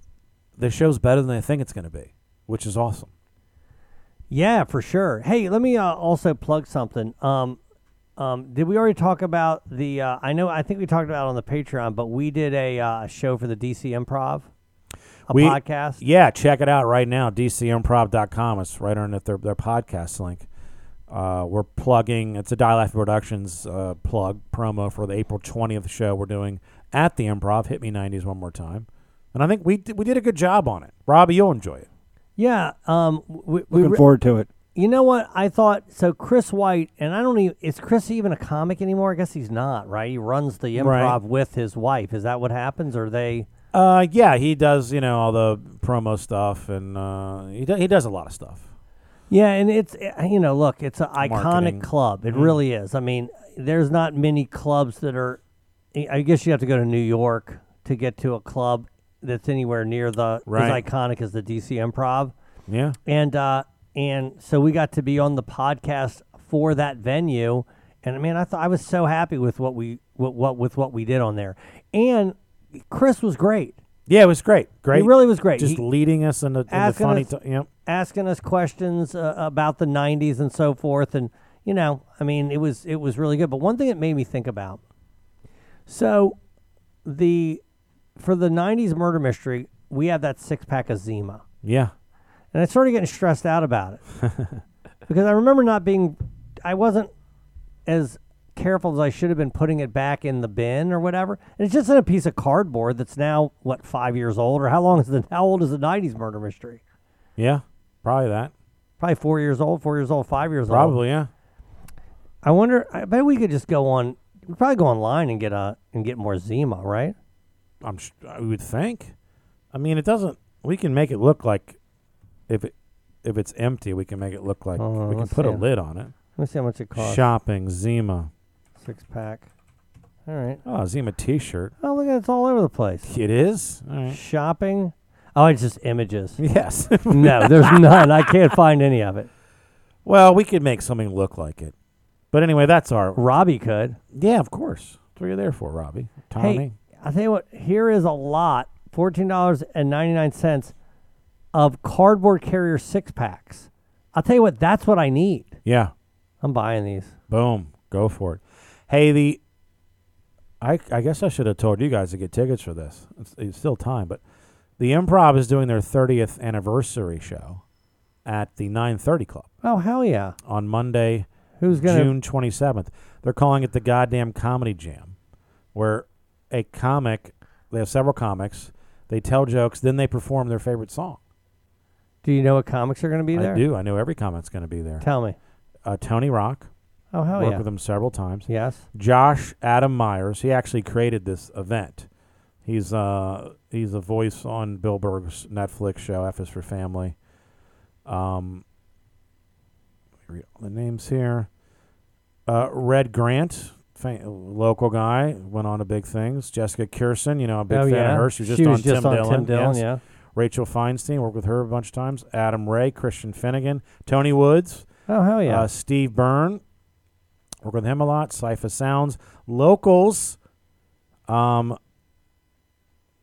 Speaker 1: the show's better than they think it's going to be, which is awesome.
Speaker 9: Yeah, for sure. Hey, let me uh, also plug something. Um, um, did we already talk about the? Uh, I know. I think we talked about it on the Patreon, but we did a uh, show for the DC Improv, a
Speaker 1: We-
Speaker 9: podcast.
Speaker 1: Yeah, check it out right now. DCimprov.com. It's right underneath their, their podcast link. Uh, we're plugging, it's a Die Life Productions uh, plug promo for the April 20th show we're doing at the Improv. Hit me 90s one more time. And I think we, did- we did a good job on it. Robbie, you'll enjoy it.
Speaker 9: Yeah. Um, we, we
Speaker 13: Looking
Speaker 9: re-
Speaker 13: forward to it.
Speaker 9: You know what? I thought so. Chris White, and I don't even. Is Chris even a comic anymore? I guess he's not, right? He runs the improv
Speaker 1: Right.
Speaker 9: with his wife. Is that what happens? Or they?
Speaker 1: Uh, yeah, he does, you know, all the promo stuff and uh, he, do, he does a lot of stuff.
Speaker 9: Yeah, and it's eh, you know, look, it's an
Speaker 1: Marketing.
Speaker 9: iconic club. It
Speaker 1: Mm.
Speaker 9: really is. I mean, there's not many clubs that are. eh, I guess you have to go to New York to get to a club that's anywhere near the
Speaker 1: Right.
Speaker 9: as iconic as the DC Improv.
Speaker 1: Yeah.
Speaker 9: And uh, and so we got to be on the podcast for that venue, and man, I thought I was so happy with what we what, what with what we did on there, and Chris was great.
Speaker 1: Yeah, it was great. Great.
Speaker 9: He really was great.
Speaker 1: Just
Speaker 9: He-
Speaker 1: leading us in the, in the
Speaker 9: asking
Speaker 1: funny.
Speaker 9: us,
Speaker 1: T- yep.
Speaker 9: asking us questions uh, about the 90s and so forth and you know i mean it was it was really good but one thing it made me think about so the for the 90s murder mystery we have that six pack of zima
Speaker 1: Yeah.
Speaker 9: and i started getting stressed out about it because i remember not being i wasn't as careful as i should have been putting it back in the bin or whatever and it's just in a piece of cardboard that's now what five years old or how long is the how old is the 90s murder mystery
Speaker 1: Yeah. Probably that.
Speaker 9: probably four years old, four years old, five years old.
Speaker 1: Probably, yeah.
Speaker 9: I wonder. I bet we could just go on. We could probably go online and get a and get more Zima, right?
Speaker 1: I'm. Sh- I would think. I mean, it doesn't. We can make it look like if it if it's empty, we can make it look like
Speaker 9: Hold on,
Speaker 1: we can
Speaker 9: Uh, let's
Speaker 1: put a
Speaker 9: see. Uh,
Speaker 1: lid on it.
Speaker 9: Let me see how much it costs.
Speaker 1: Shopping Zima.
Speaker 9: Six pack. All right.
Speaker 1: Oh, Zima T-shirt.
Speaker 9: Oh, look at it, it's all over the place.
Speaker 1: It is. All right.
Speaker 9: Shopping. Oh, it's just images.
Speaker 1: Yes.
Speaker 9: no, there's none. I can't find any of it.
Speaker 1: Well, we could make something look like it. But anyway, that's our
Speaker 9: Robbie could.
Speaker 1: Yeah, of course. That's what you're there for, Robbie. Tommy.
Speaker 9: Hey, I tell you what. Here is a lot. Fourteen dollars and ninety nine cents of cardboard carrier six packs. I'll tell you what. That's what I need.
Speaker 1: Yeah.
Speaker 9: I'm buying these.
Speaker 1: Boom. Go for it. Hey, the I I guess I should have told you guys to get tickets for this. It's, it's still time, but the Improv is doing their 30th anniversary show at the 9:30 Club
Speaker 9: Oh hell yeah!
Speaker 1: on Monday,
Speaker 9: Who's gonna-
Speaker 1: June 27th. They're calling it the goddamn comedy jam, where a comic they have several comics, they tell jokes, then they perform their favorite song.
Speaker 9: Do you know what comics are going to be there?
Speaker 1: I do. I know every comic's going to be there.
Speaker 9: Tell me.
Speaker 1: Uh, Tony Rock.
Speaker 9: Oh, hell
Speaker 1: Worked
Speaker 9: yeah.
Speaker 1: with him several times.
Speaker 9: Yes.
Speaker 1: Josh Adam Myers. He actually created this event. He's uh he's a voice on Bill Berg's Netflix show F is for Family. Um, let me read all the names here. Uh, Red Grant, fa- local guy, went on to big things. Jessica Kirsten, you know, a big
Speaker 9: Oh,
Speaker 1: fan
Speaker 9: yeah.
Speaker 1: of hers. She was just
Speaker 9: She
Speaker 1: on,
Speaker 9: was just
Speaker 1: Tim,
Speaker 9: on
Speaker 1: Dillon,
Speaker 9: Tim Dillon,
Speaker 1: yes.
Speaker 9: yeah.
Speaker 1: Rachel Feinstein, worked with her a bunch of times. Adam Ray, Christian Finnegan, Tony Woods.
Speaker 9: Oh, hell yeah.
Speaker 1: Uh, Steve Byrne, worked with him a lot. Cypher Sounds, locals. Um,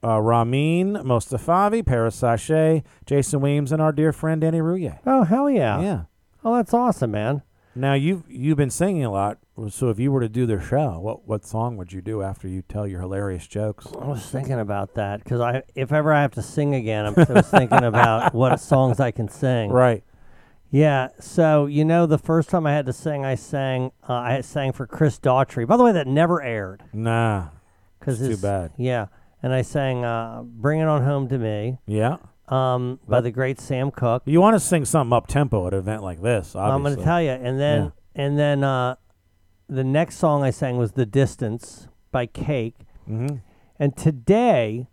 Speaker 1: uh, Ramin Mostafavi, Paris Sachet, Jason Weems, and our dear friend Danny Rouye.
Speaker 9: Oh hell yeah!
Speaker 1: Yeah.
Speaker 9: Oh, that's awesome, man.
Speaker 1: Now you've you've been singing a lot, so if you were to do their show, what what song would you do after you tell your hilarious jokes?
Speaker 9: I was thinking about that because I, if ever I have to sing again, I'm I was thinking about what songs I can sing.
Speaker 1: Right.
Speaker 9: Yeah. So you know, the first time I had to sing, I sang. Uh, I sang for Chris Daughtry. By the way, that never aired.
Speaker 1: Nah,
Speaker 9: Because
Speaker 1: it's too bad.
Speaker 9: Yeah, and I sang uh, "Bring It On Home to Me."
Speaker 1: Yeah.
Speaker 9: Um, by the great Sam Cooke.
Speaker 1: You want to sing something up tempo at an event like this? Obviously.
Speaker 9: I'm going to tell you. And then and then uh, the next song I sang was "The Distance" by Cake.
Speaker 1: Mm-hmm.
Speaker 9: And today,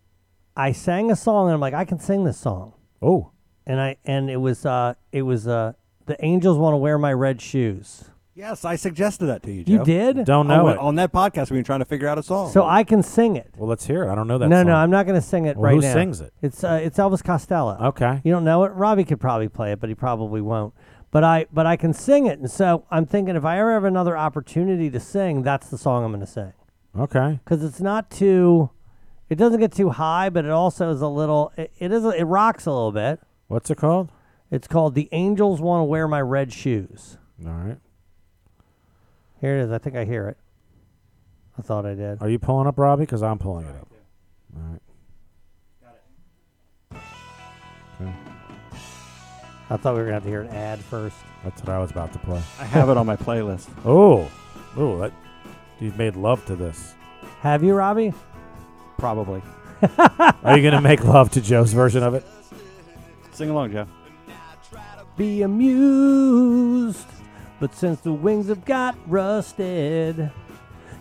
Speaker 9: I sang a song, and I'm like, I can sing this song.
Speaker 1: Oh.
Speaker 9: And I and it was uh it was uh the angels want to wear my red shoes.
Speaker 10: Yes, I suggested that to you. Joe.
Speaker 9: You did? Don't
Speaker 10: I
Speaker 9: know
Speaker 10: went
Speaker 9: it.
Speaker 10: on that podcast. We were trying to figure out a song.
Speaker 9: So I can sing it.
Speaker 1: Well, let's hear it. I don't know that.
Speaker 9: no,
Speaker 1: song.
Speaker 9: no, I'm not going to sing it
Speaker 1: Well,
Speaker 9: right
Speaker 1: who
Speaker 9: now.
Speaker 1: sings it?
Speaker 9: It's uh, it's Elvis Costello.
Speaker 1: Okay.
Speaker 9: You don't know it? Robbie could probably play it, but he probably won't. But I but I can sing it, and so I'm thinking if I ever have another opportunity to sing, that's the song I'm going to sing
Speaker 1: Okay.
Speaker 9: because it's not too, it doesn't get too high, but it also is a little. It, it is a- it rocks a little bit.
Speaker 1: What's it called?
Speaker 9: It's called "The Angels Want to Wear My Red Shoes."
Speaker 1: All right.
Speaker 9: Here it is. I think I hear it. I thought I did.
Speaker 1: Are you pulling up Robbie? Because I'm pulling it up. All right.
Speaker 9: I thought we were gonna have to hear an ad first.
Speaker 1: That's what I was about to play.
Speaker 10: I have it on my playlist.
Speaker 1: Oh, oh, that you've made love to this.
Speaker 9: Have you, Robbie?
Speaker 10: Probably.
Speaker 1: Are you gonna make love to Joe's version of it?
Speaker 10: Sing along, Joe.
Speaker 9: Be amused, but since the wings have got rusted,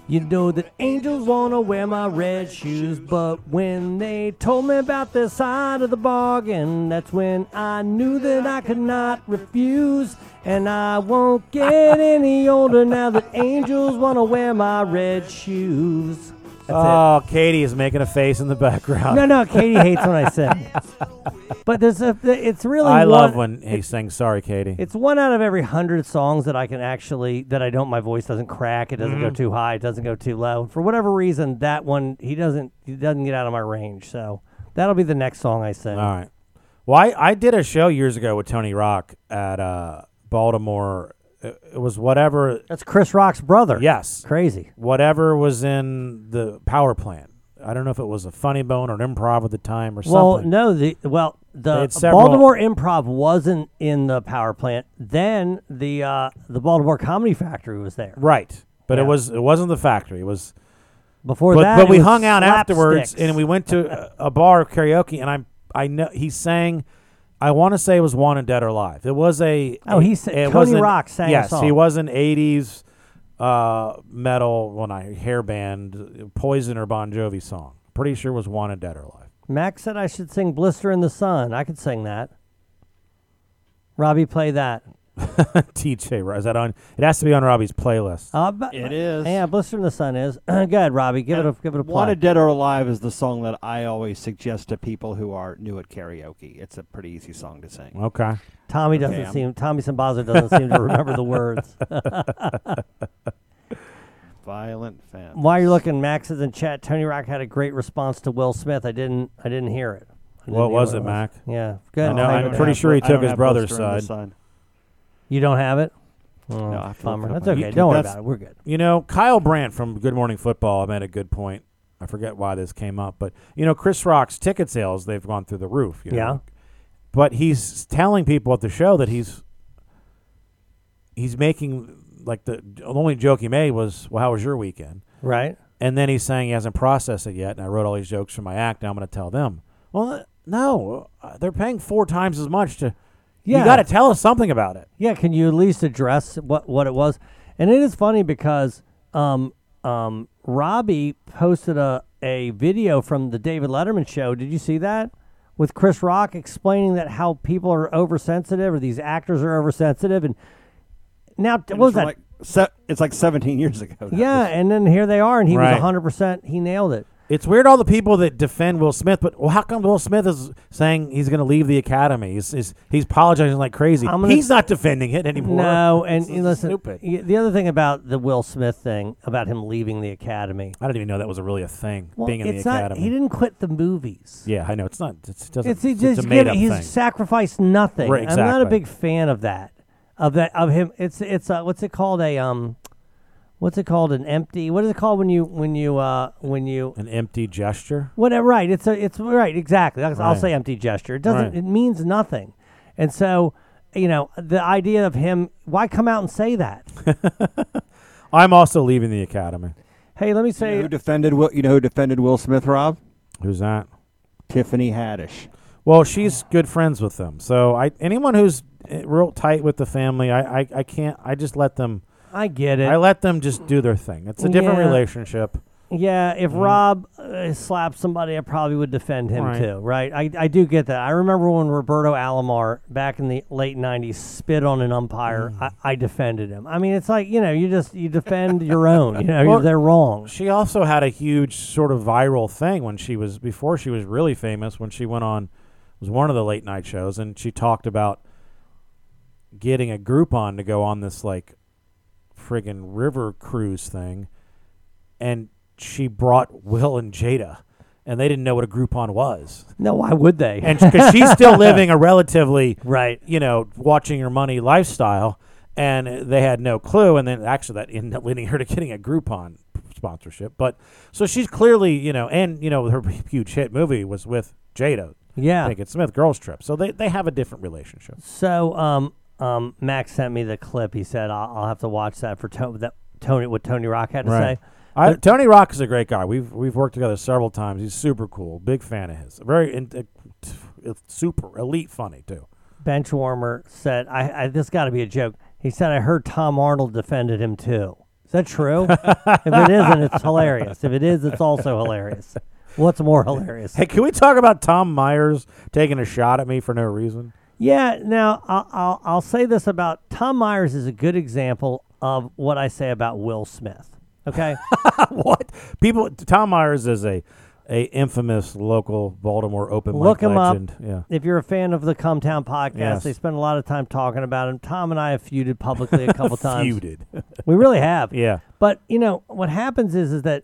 Speaker 9: you know that angels wanna wear my red shoes. But when they told me about their side of the bargain, that's when I knew that I could not refuse. And I won't get any older now that angels wanna wear my red shoes.
Speaker 1: oh, Katie is making a face in the background.
Speaker 9: No, no, Katie hates when I sing. But there's a, it's really.
Speaker 1: I
Speaker 9: one-
Speaker 1: love when he sings. Sorry, Katie.
Speaker 9: It's one out of every hundred songs that I can actually that I don't. My voice doesn't crack. It doesn't go
Speaker 1: Mhm.
Speaker 9: too high. It doesn't go too low. For whatever reason, that one he doesn't he doesn't get out of my range. So that'll be the next song I sing.
Speaker 1: All right. Well, I, I did a show years ago with Tony Rock at uh, Baltimore. It, it was whatever.
Speaker 9: That's Chris Rock's brother.
Speaker 1: Yes.
Speaker 9: Crazy.
Speaker 1: Whatever was in the power plant. I don't know if it was a funny bone or an improv at the time or
Speaker 9: Well,
Speaker 1: something.
Speaker 9: no, the well
Speaker 1: They
Speaker 9: the
Speaker 1: had several-
Speaker 9: Baltimore Improv wasn't in the power plant. Then the uh, the Baltimore Comedy Factory was there.
Speaker 1: Right. But it
Speaker 9: Yeah.
Speaker 1: was it wasn't the factory. It was
Speaker 9: Before
Speaker 1: but,
Speaker 9: that,
Speaker 1: But
Speaker 9: it
Speaker 1: we
Speaker 9: was
Speaker 1: hung out afterwards
Speaker 9: slapsticks.
Speaker 1: and we went to a a bar of karaoke and I'm I know he sang I want to say it was Wanted Dead or Alive. It was a
Speaker 9: Oh, he sa-
Speaker 1: it
Speaker 9: Tony
Speaker 1: was an-
Speaker 9: Rock sang a
Speaker 1: Yes, he
Speaker 9: song.
Speaker 1: was an 80s uh, metal well not hair band Poison or Bon Jovi song. Pretty sure it was Wanted Dead or Alive.
Speaker 9: Max said I should sing "Blister in the Sun." I could sing that. Robbie, play that.
Speaker 1: TJ, right? is that on? It has to be on Robbie's playlist.
Speaker 9: Uh, but it is. Yeah, blister in the sun is. Go ahead, Robbie. Give it a give it a play.
Speaker 10: Wanted Dead or Alive is the song that I always suggest to people who are new at karaoke. It's a pretty easy song to
Speaker 9: Uh,
Speaker 10: sing.
Speaker 1: Okay.
Speaker 9: Tommy doesn't
Speaker 10: Yeah.
Speaker 9: seem. Tommy Simbaza doesn't seem to remember the words.
Speaker 10: Violent fan.
Speaker 9: While you're looking, Max is in chat. Tony Rock had a great response to Will Smith. I didn't. I didn't hear it. I didn't
Speaker 1: What
Speaker 9: hear
Speaker 1: was
Speaker 9: what
Speaker 1: it, Mac?
Speaker 9: Yeah. Go ahead.
Speaker 1: I know,
Speaker 9: play
Speaker 1: I'm
Speaker 9: it.
Speaker 1: pretty sure he
Speaker 10: I
Speaker 1: took
Speaker 10: don't
Speaker 1: his
Speaker 10: have
Speaker 1: brother's
Speaker 10: Blister in the
Speaker 1: side.
Speaker 10: Sun.
Speaker 9: You don't have it. Oh,
Speaker 10: No, I have to look
Speaker 9: bummer.
Speaker 10: it up
Speaker 9: That's
Speaker 10: on
Speaker 9: okay.
Speaker 10: YouTube.
Speaker 9: Don't worry
Speaker 10: That's-
Speaker 9: about it. We're good.
Speaker 1: You know, Kyle Brandt from Good Morning Football made a good point. I forget why this came up, but you know, Chris Rock's ticket sales, they've gone through the roof. You know?
Speaker 9: Yeah.
Speaker 1: But he's telling people at the show that he's he's making like the the only joke he made was, Well, how was your weekend?
Speaker 9: Right.
Speaker 1: And then he's saying he hasn't processed it yet, and I wrote all these jokes for my act, now I'm gonna tell them. Well uh, no, uh, they're paying four times as much to
Speaker 9: Yeah.
Speaker 1: You gotta tell us something about it.
Speaker 9: Yeah, can you at least address what what it was? And it is funny because um um Robbie posted a a video from the David Letterman show. Did you see that? With Chris Rock explaining that how people are oversensitive or these actors are oversensitive and now what
Speaker 10: And
Speaker 9: was
Speaker 10: it's from,
Speaker 9: that?
Speaker 10: Like, se- it's like 17 years ago. now.
Speaker 9: yeah, and then here they are and he
Speaker 1: Right.
Speaker 9: was 100% he nailed it.
Speaker 1: It's weird all the people that defend Will Smith, but well, how come Will Smith is saying he's going to leave the academy? He's, he's, he's apologizing like crazy.
Speaker 9: I'm gonna-
Speaker 1: he's not defending it anymore.
Speaker 9: No, and
Speaker 1: This
Speaker 9: you
Speaker 1: is
Speaker 9: listen.
Speaker 1: stupid.
Speaker 9: y- The other thing about the Will Smith thing, about him leaving the academy,
Speaker 1: I didn't even know that was a really a thing.
Speaker 9: Well,
Speaker 1: being in
Speaker 9: it's
Speaker 1: the
Speaker 9: not-
Speaker 1: academy.
Speaker 9: he didn't quit the movies.
Speaker 1: yeah, I know it's not. It's, it doesn't.
Speaker 9: It's,
Speaker 1: It's,
Speaker 9: he
Speaker 1: it's
Speaker 9: just
Speaker 1: a made
Speaker 9: give-
Speaker 1: up
Speaker 9: he's
Speaker 1: thing.
Speaker 9: sacrificed nothing.
Speaker 1: Right,
Speaker 9: I'm not a
Speaker 1: exactly.
Speaker 9: big fan of that. Of that of him. It's it's uh, what's it called a um, what's it called an empty? What is it called when you when you uh when you
Speaker 1: An empty gesture.
Speaker 9: Whatever, right? It's a, it's right, exactly. That's- I'll
Speaker 1: Right.
Speaker 9: say empty gesture. It doesn't.
Speaker 1: Right.
Speaker 9: It means nothing. And so, you know, the idea of him. Why come out and say that?
Speaker 1: I'm also leaving the academy.
Speaker 9: Hey, let me
Speaker 10: You know
Speaker 9: say.
Speaker 10: who defended Will? You know who defended Will Smith, Rob?
Speaker 1: Who's that?
Speaker 10: Tiffany Haddish.
Speaker 1: Well, she's good friends with them. So I anyone who's eh, real tight with the family, I, I, I can't. I just let them.
Speaker 9: I get it.
Speaker 1: I let them just do their thing. It's a different
Speaker 9: Yeah.
Speaker 1: relationship.
Speaker 9: Yeah, if
Speaker 1: Mhm.
Speaker 9: Rob uh, slapped somebody, I probably would defend him
Speaker 1: Right.
Speaker 9: too, right? I, I do get that. I remember when Roberto Alomar back in the late '90s spit on an umpire.
Speaker 1: Mm.
Speaker 9: I, I defended him. I mean, it's like you know, you just you defend your own. You know,
Speaker 1: Well,
Speaker 9: they're wrong.
Speaker 1: She also had a huge sort of viral thing when she was before she was really famous when she went on it was one of the late night shows and she talked about getting a Groupon to go on this like friggin' river cruise thing and she brought Will and Jada and they didn't know what a Groupon was.
Speaker 9: No, why would they?
Speaker 1: And because she's still living a relatively
Speaker 9: right,
Speaker 1: you know, watching your money lifestyle, and uh, they had no clue. And then actually, that ended up leading her to getting a Groupon sponsorship. But so she's clearly, you know, and you know, her huge hit movie was with Jada.
Speaker 9: Yeah.
Speaker 1: Pinkett Smith, Girls Trip. So they they have a different relationship.
Speaker 9: So, um, um, Max sent me the clip. He said I'll, I'll have to watch that for Tony. That Tony, what Tony Rock had to say.
Speaker 1: I,
Speaker 9: But-
Speaker 1: Tony Rock is a great guy. We've we've worked together several times. He's super cool. Big fan of his. Very in, uh, t- uh, super elite funny too.
Speaker 9: Benchwarmer said, "I, I this got to be a joke." He said, "I heard Tom Arnold defended him too. Is that true? if it isn't, it's hilarious. If it is, it's also hilarious. What's more hilarious?"
Speaker 1: Hey, can we talk about Tom Myers taking a shot at me for no reason?
Speaker 9: Yeah. Now, I'll, I'll I'll say this about Tom Myers is a good example of what I say about Will Smith. Okay.
Speaker 1: what people. Tom Myers is a a infamous local Baltimore open mic
Speaker 9: Look him
Speaker 1: legend.
Speaker 9: up.
Speaker 1: Yeah.
Speaker 9: If you're a fan of the Come Town podcast,
Speaker 1: Yes.
Speaker 9: they spend a lot of time talking about him. Tom and I have feuded publicly a couple times.
Speaker 1: Feuded.
Speaker 9: we really have.
Speaker 1: Yeah.
Speaker 9: But you know what happens is is that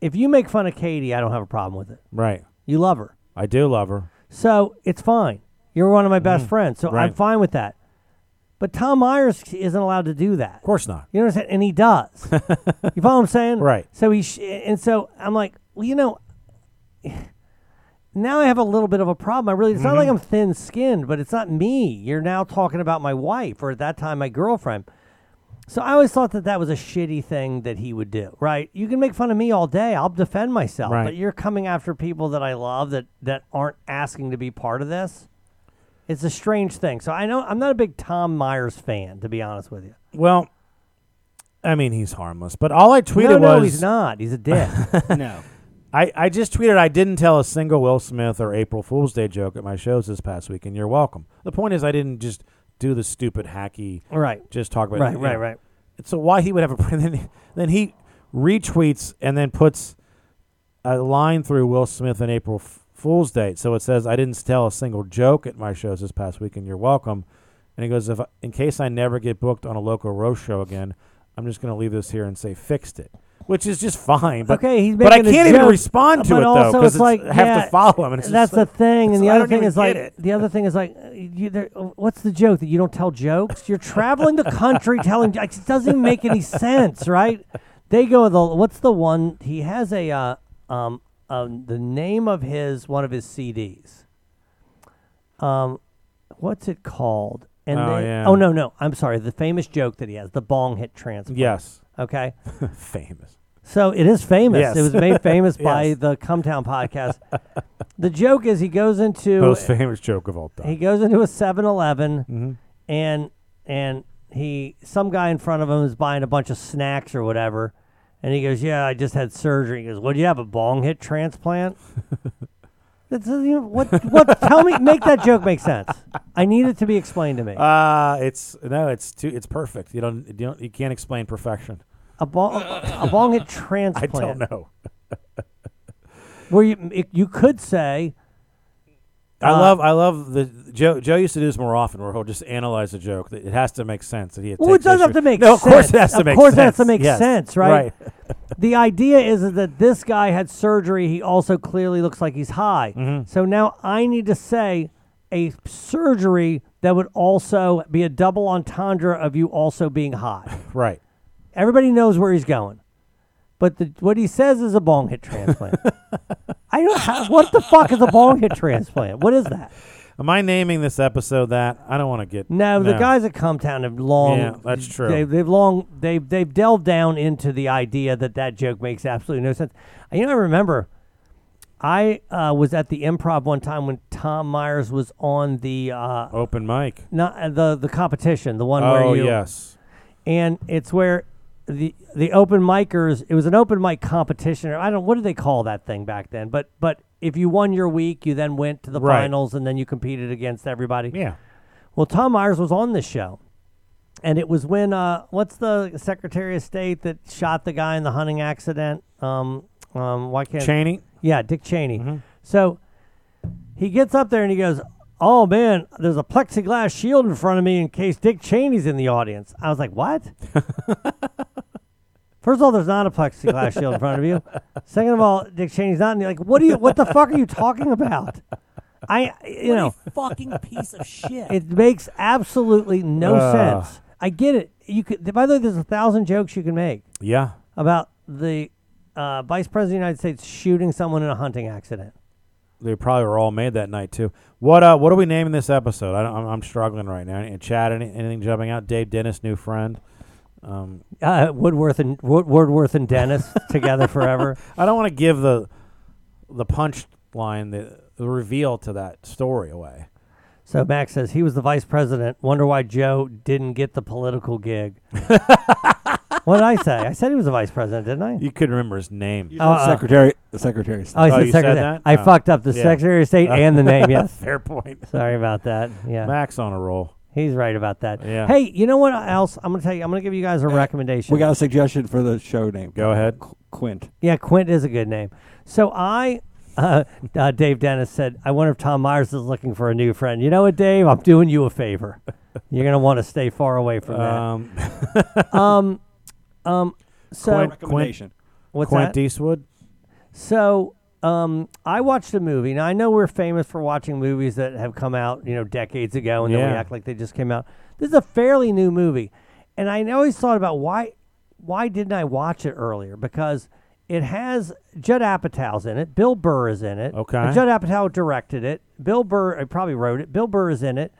Speaker 9: if you make fun of Katie, I don't have a problem with it.
Speaker 1: Right.
Speaker 9: You love her.
Speaker 1: I do love her.
Speaker 9: So it's fine. You're one of my best
Speaker 1: Mhm.
Speaker 9: friends, so I'm
Speaker 1: Right.
Speaker 9: fine with that. But Tom Myers isn't allowed to do that. Of
Speaker 1: course not.
Speaker 9: You know what I'm saying? And he does. you follow what I'm saying?
Speaker 1: Right.
Speaker 9: So he sh- and so I'm like, well, you know, now I have a little bit of a problem. I really, it's not like
Speaker 1: Mhm.
Speaker 9: I'm thin skinned, but it's not me. You're now talking about my wife, or at that time, my girlfriend. So I always thought that that was a shitty thing that he would do, right? You can make fun of me all day. I'll defend myself.
Speaker 1: Right.
Speaker 9: But you're coming after people that I love that, that aren't asking to be part of this. It's a strange thing. So I know I'm not a big Tom Myers fan, to be honest with you.
Speaker 1: Well, I mean, he's harmless. But all I tweeted
Speaker 9: no,
Speaker 1: was
Speaker 9: no, he's not. He's a dick.
Speaker 10: no.
Speaker 1: I, I just tweeted I didn't tell a single Will Smith or April Fool's Day joke at my shows this past week, and you're welcome. The point is I didn't just do the stupid hacky
Speaker 9: Right.
Speaker 1: Just talk about
Speaker 9: Right,
Speaker 1: you
Speaker 9: right,
Speaker 1: know.
Speaker 9: right.
Speaker 1: So why he would have a then then he retweets and then puts a line through Will Smith and April F- Fool's Day. So it says I didn't tell a single joke at my shows this past week, and you're welcome. And he goes, if I- in case I never get booked on a local roast show again, I'm just going to leave this here and say fixed it, which is just fine. But
Speaker 9: okay, he's
Speaker 1: but I
Speaker 9: making a
Speaker 1: can't even
Speaker 9: joke, uh,
Speaker 1: respond to
Speaker 9: but
Speaker 1: it though
Speaker 9: also
Speaker 1: because
Speaker 9: it's like
Speaker 1: I have
Speaker 9: yeah,
Speaker 1: to follow him. And it's
Speaker 9: that's
Speaker 1: just
Speaker 9: the
Speaker 1: like-
Speaker 9: thing, and the
Speaker 1: I
Speaker 9: other
Speaker 1: don't
Speaker 9: thing
Speaker 1: even
Speaker 9: is like
Speaker 1: get it.
Speaker 9: the other thing is like, uh, you, there, uh, what's the joke that you don't tell jokes? You're traveling the country telling jokes. It doesn't even make any sense, right? They go with the what's the one he has a uh, um um the name of his one of his CDs. Um, what's it called?
Speaker 1: Oh,
Speaker 9: they-
Speaker 1: yeah.
Speaker 9: oh no no I'm sorry the famous joke that he has the bong hit transplant.
Speaker 1: Yes.
Speaker 9: Okay.
Speaker 1: famous.
Speaker 9: So it is famous.
Speaker 1: Yes.
Speaker 9: It was made famous by
Speaker 1: Yes.
Speaker 9: the Cumtown podcast. the joke is he goes into
Speaker 1: most famous joke of all time.
Speaker 9: he goes into a 7-Eleven
Speaker 1: Mm-hmm.
Speaker 9: and and he some guy in front of him is buying a bunch of snacks or whatever, and he goes, "Yeah, I just had surgery." He goes, "What do you have? A bong hit transplant?" That doesn't even, what what? tell me, make that joke make sense. I need it to be explained to me.
Speaker 1: Uh it's no, it's too, it's perfect. You don't, you don't, you can't explain perfection.
Speaker 9: A bong a bong hit transplant.
Speaker 1: I don't know.
Speaker 9: Where you it, you could say.
Speaker 1: I
Speaker 9: uh,
Speaker 1: love, I love the Joe. Joe used to do this more often, where he'll just analyze a joke. That it has to make sense. That he.
Speaker 9: Well, it
Speaker 1: takes
Speaker 9: does
Speaker 1: issue-
Speaker 9: have to make
Speaker 1: no,
Speaker 9: sense.
Speaker 1: of course it has to
Speaker 9: Of
Speaker 1: make
Speaker 9: course
Speaker 1: sense.
Speaker 9: it has to make
Speaker 1: Yes.
Speaker 9: sense, right?
Speaker 1: Right.
Speaker 9: the idea is, is that this guy had surgery. He also clearly looks like he's high.
Speaker 1: Mm-hmm.
Speaker 9: So now I need to say a surgery that would also be a double entendre of you also being high.
Speaker 1: Right.
Speaker 9: Everybody knows where he's going. But the, what he says is a bong hit transplant. I don't. How, what the fuck is a bong hit transplant? What is that?
Speaker 1: Am I naming this episode that? I don't want to get.
Speaker 9: No, the guys at Cumtown have long.
Speaker 1: Yeah, that's true.
Speaker 9: They've, they've long they've they've delved down into the idea that that joke makes absolutely no sense. You know, I remember I uh, was at the Improv one time when Tom Myers was on the uh,
Speaker 1: open mic,
Speaker 9: not uh, the the competition, the one
Speaker 1: Oh,
Speaker 9: where you
Speaker 1: yes.
Speaker 9: and it's where the the open micers. It was an open mic competition. I don't what did they call that thing back then, but but. If you won your week, you then went to the
Speaker 1: Right.
Speaker 9: finals and then you competed against everybody.
Speaker 1: Yeah.
Speaker 9: Well, Tom Myers was on this show, and it was when uh, what's the Secretary of State that shot the guy in the hunting accident? Um, um, why can't
Speaker 1: Cheney?
Speaker 9: Yeah, Dick Cheney. So he gets up there and he goes, "Oh man, there's a plexiglass shield in front of me in case Dick Cheney's in the audience." I was like, "What?" First of all, there's not a plexiglass shield in front of you. Second of all, Dick Cheney's not in the like. What do you? What the fuck are you talking about? I you know
Speaker 14: fucking piece of shit.
Speaker 9: it makes absolutely no
Speaker 1: Ugh.
Speaker 9: sense. I get it. You could, by the way, there's a thousand jokes you can make
Speaker 1: Yeah.
Speaker 9: about the uh, vice president of the United States shooting someone in a hunting accident.
Speaker 1: They probably were all made that night too. What uh? What are we naming this episode? I don't, I'm, I'm struggling right now. And Chad, any, anything jumping out? Dave Dennis, new friend. Um,
Speaker 9: Uh, Woodworth and Wood, Woodworth and Dennis together forever.
Speaker 1: I don't want to give the the punchline, the, the reveal to that story away.
Speaker 9: So Max says he was the vice president. Wonder why Joe didn't get the political gig. what did I say? I said he was the vice president, didn't I?
Speaker 1: You couldn't remember his name.
Speaker 9: said Uh-uh.
Speaker 10: Secretary- the Secretary of State.
Speaker 9: Oh, I
Speaker 1: Oh,
Speaker 9: said
Speaker 1: you said
Speaker 9: secretary.
Speaker 1: that?
Speaker 9: I
Speaker 1: Oh.
Speaker 9: fucked up the
Speaker 1: Yeah. Oh.
Speaker 9: Secretary of State and the name. Yes,
Speaker 1: Fair point.
Speaker 9: Sorry about that. Yeah,
Speaker 1: Max on a roll.
Speaker 9: He's right about that.
Speaker 1: Yeah.
Speaker 9: Hey, you know what else? I'm gonna tell you. I'm gonna give you guys a recommendation.
Speaker 10: We got a suggestion for the show name.
Speaker 1: Go ahead.
Speaker 10: Quint.
Speaker 9: Yeah, Quint is a good name. So I, uh, uh, Dave Dennis said, I wonder if Tom Myers is looking for a new friend. You know what, Dave? I'm doing you a favor. You're gonna want to stay far away
Speaker 1: Uh,
Speaker 9: from that. Um, um, so
Speaker 1: Quint- Recommendation.
Speaker 9: What's
Speaker 1: Quint
Speaker 9: that?
Speaker 1: Eastwood.
Speaker 9: So um, I watched a movie. Now I know we're famous for watching movies that have come out, you know, decades ago, and then we
Speaker 1: Yeah.
Speaker 9: act like they just came out. This is a fairly new movie, and I always thought about why why didn't I watch it earlier? Because it has Judd Apatow's in it, Bill Burr is in it.
Speaker 1: Okay.
Speaker 9: Judd Apatow directed it. Bill Burr I probably wrote it. Bill Burr is in it.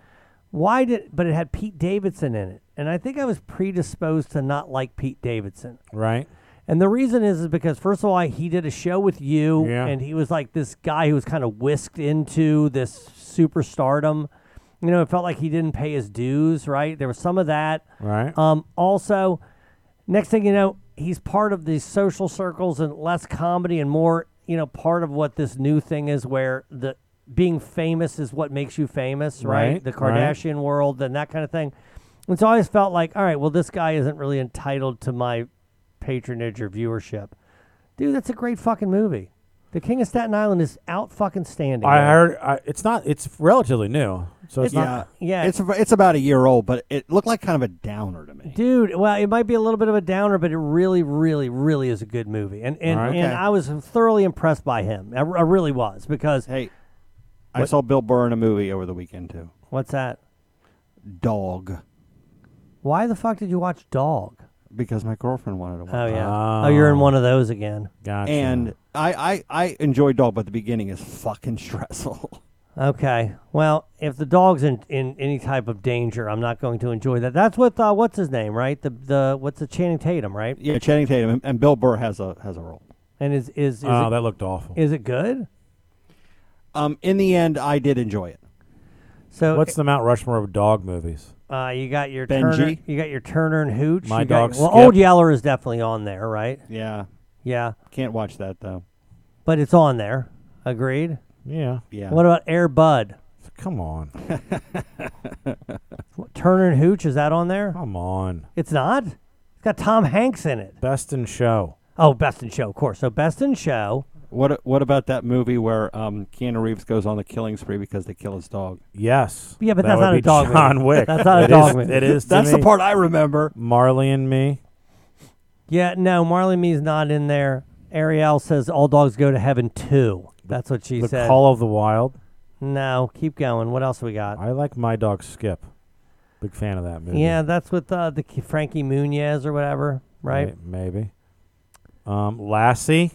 Speaker 9: Why did? But it had Pete Davidson in it, and I think I was predisposed to not like Pete Davidson.
Speaker 1: Right.
Speaker 9: And the reason is, is because first of all, he did a show with you,
Speaker 1: Yeah.
Speaker 9: and he was like this guy who was kind of whisked into this superstardom. You know, it felt like he didn't pay his dues. Right? There was some of that.
Speaker 1: Right.
Speaker 9: Um, also, next thing you know, he's part of these social circles and less comedy and more, you know, part of what this new thing is where the being famous is what makes you famous, right?
Speaker 1: Right,
Speaker 9: the
Speaker 1: right.
Speaker 9: Kardashian world and that kind of thing. And so I always felt like, all right, well, this guy isn't really entitled to my patronage or viewership. Dude, that's a great fucking movie. The King of Staten Island is out fucking standing.
Speaker 1: I
Speaker 9: man.
Speaker 1: heard I, it's not. It's relatively new, so it's, not.
Speaker 9: yeah.
Speaker 10: It's it's about a year old, but it looked like kind of a downer to me.
Speaker 9: Dude, well, it might be a little bit of a downer, but it really, really, really is a good movie, and and,
Speaker 10: All right.
Speaker 9: and
Speaker 10: Okay.
Speaker 9: I was thoroughly impressed by him. I, I really was because
Speaker 10: hey, I
Speaker 9: what,
Speaker 10: saw Bill Burr in a movie over the weekend too.
Speaker 9: what's that?
Speaker 10: Dog.
Speaker 9: Why the fuck did you watch Dog?
Speaker 10: Because my girlfriend wanted to watch.
Speaker 9: Oh
Speaker 10: it.
Speaker 9: yeah, oh, you're
Speaker 10: Ah.
Speaker 9: in one of those again.
Speaker 10: And I, I I enjoy Dog, but the beginning is fucking stressful.
Speaker 9: okay, well, if the dog's in, in any type of danger, I'm not going to enjoy that. That's what uh, what's his name, right? The the what's the Channing Tatum, right?
Speaker 10: Yeah, Channing Tatum and, and Bill Burr has a has a role.
Speaker 9: And is is, is
Speaker 1: Oh,
Speaker 9: it-
Speaker 1: that looked awful.
Speaker 9: Is it good?
Speaker 10: Um, in the end, I did enjoy it.
Speaker 9: So
Speaker 1: What's the Mount Rushmore of dog movies?
Speaker 9: Uh, you got your
Speaker 10: Benji?
Speaker 9: Turner, you got your Turner and Hooch.
Speaker 1: My
Speaker 9: you got-
Speaker 1: dog
Speaker 9: Well,
Speaker 1: Skip.
Speaker 9: Old Yeller is definitely on there, right?
Speaker 10: Yeah.
Speaker 9: Yeah.
Speaker 10: Can't watch that though.
Speaker 9: But it's on there. Agreed.
Speaker 1: Yeah.
Speaker 10: Yeah.
Speaker 9: What about Air Bud?
Speaker 1: Come on.
Speaker 9: Turner and Hooch is that on there?
Speaker 1: Come on.
Speaker 9: It's not. It's got Tom Hanks in it.
Speaker 1: Best in Show.
Speaker 9: Oh, Best in Show, of course. So Best in Show.
Speaker 10: What what about that movie where um, Keanu Reeves goes on the killing spree because they kill his dog?
Speaker 1: Yes.
Speaker 9: Yeah, but
Speaker 1: That
Speaker 9: that's
Speaker 1: would
Speaker 9: not a
Speaker 1: be
Speaker 9: dog movie.
Speaker 1: John Wick.
Speaker 9: That's not a
Speaker 1: It
Speaker 9: dog
Speaker 1: is-
Speaker 9: movie.
Speaker 1: It is. to
Speaker 9: That's the
Speaker 1: me.
Speaker 9: part I remember.
Speaker 1: Marley and me.
Speaker 9: Yeah, no, Marley Me's not in there. Ariel says all dogs go to heaven too. That's what she
Speaker 1: the
Speaker 9: said.
Speaker 1: Call of the Wild.
Speaker 9: No, keep going. What else we got?
Speaker 1: I like My Dog Skip. Big fan of that movie.
Speaker 9: Yeah, that's with uh, the K- Frankie Muniz or whatever, right?
Speaker 1: May- Maybe. Um, Lassie.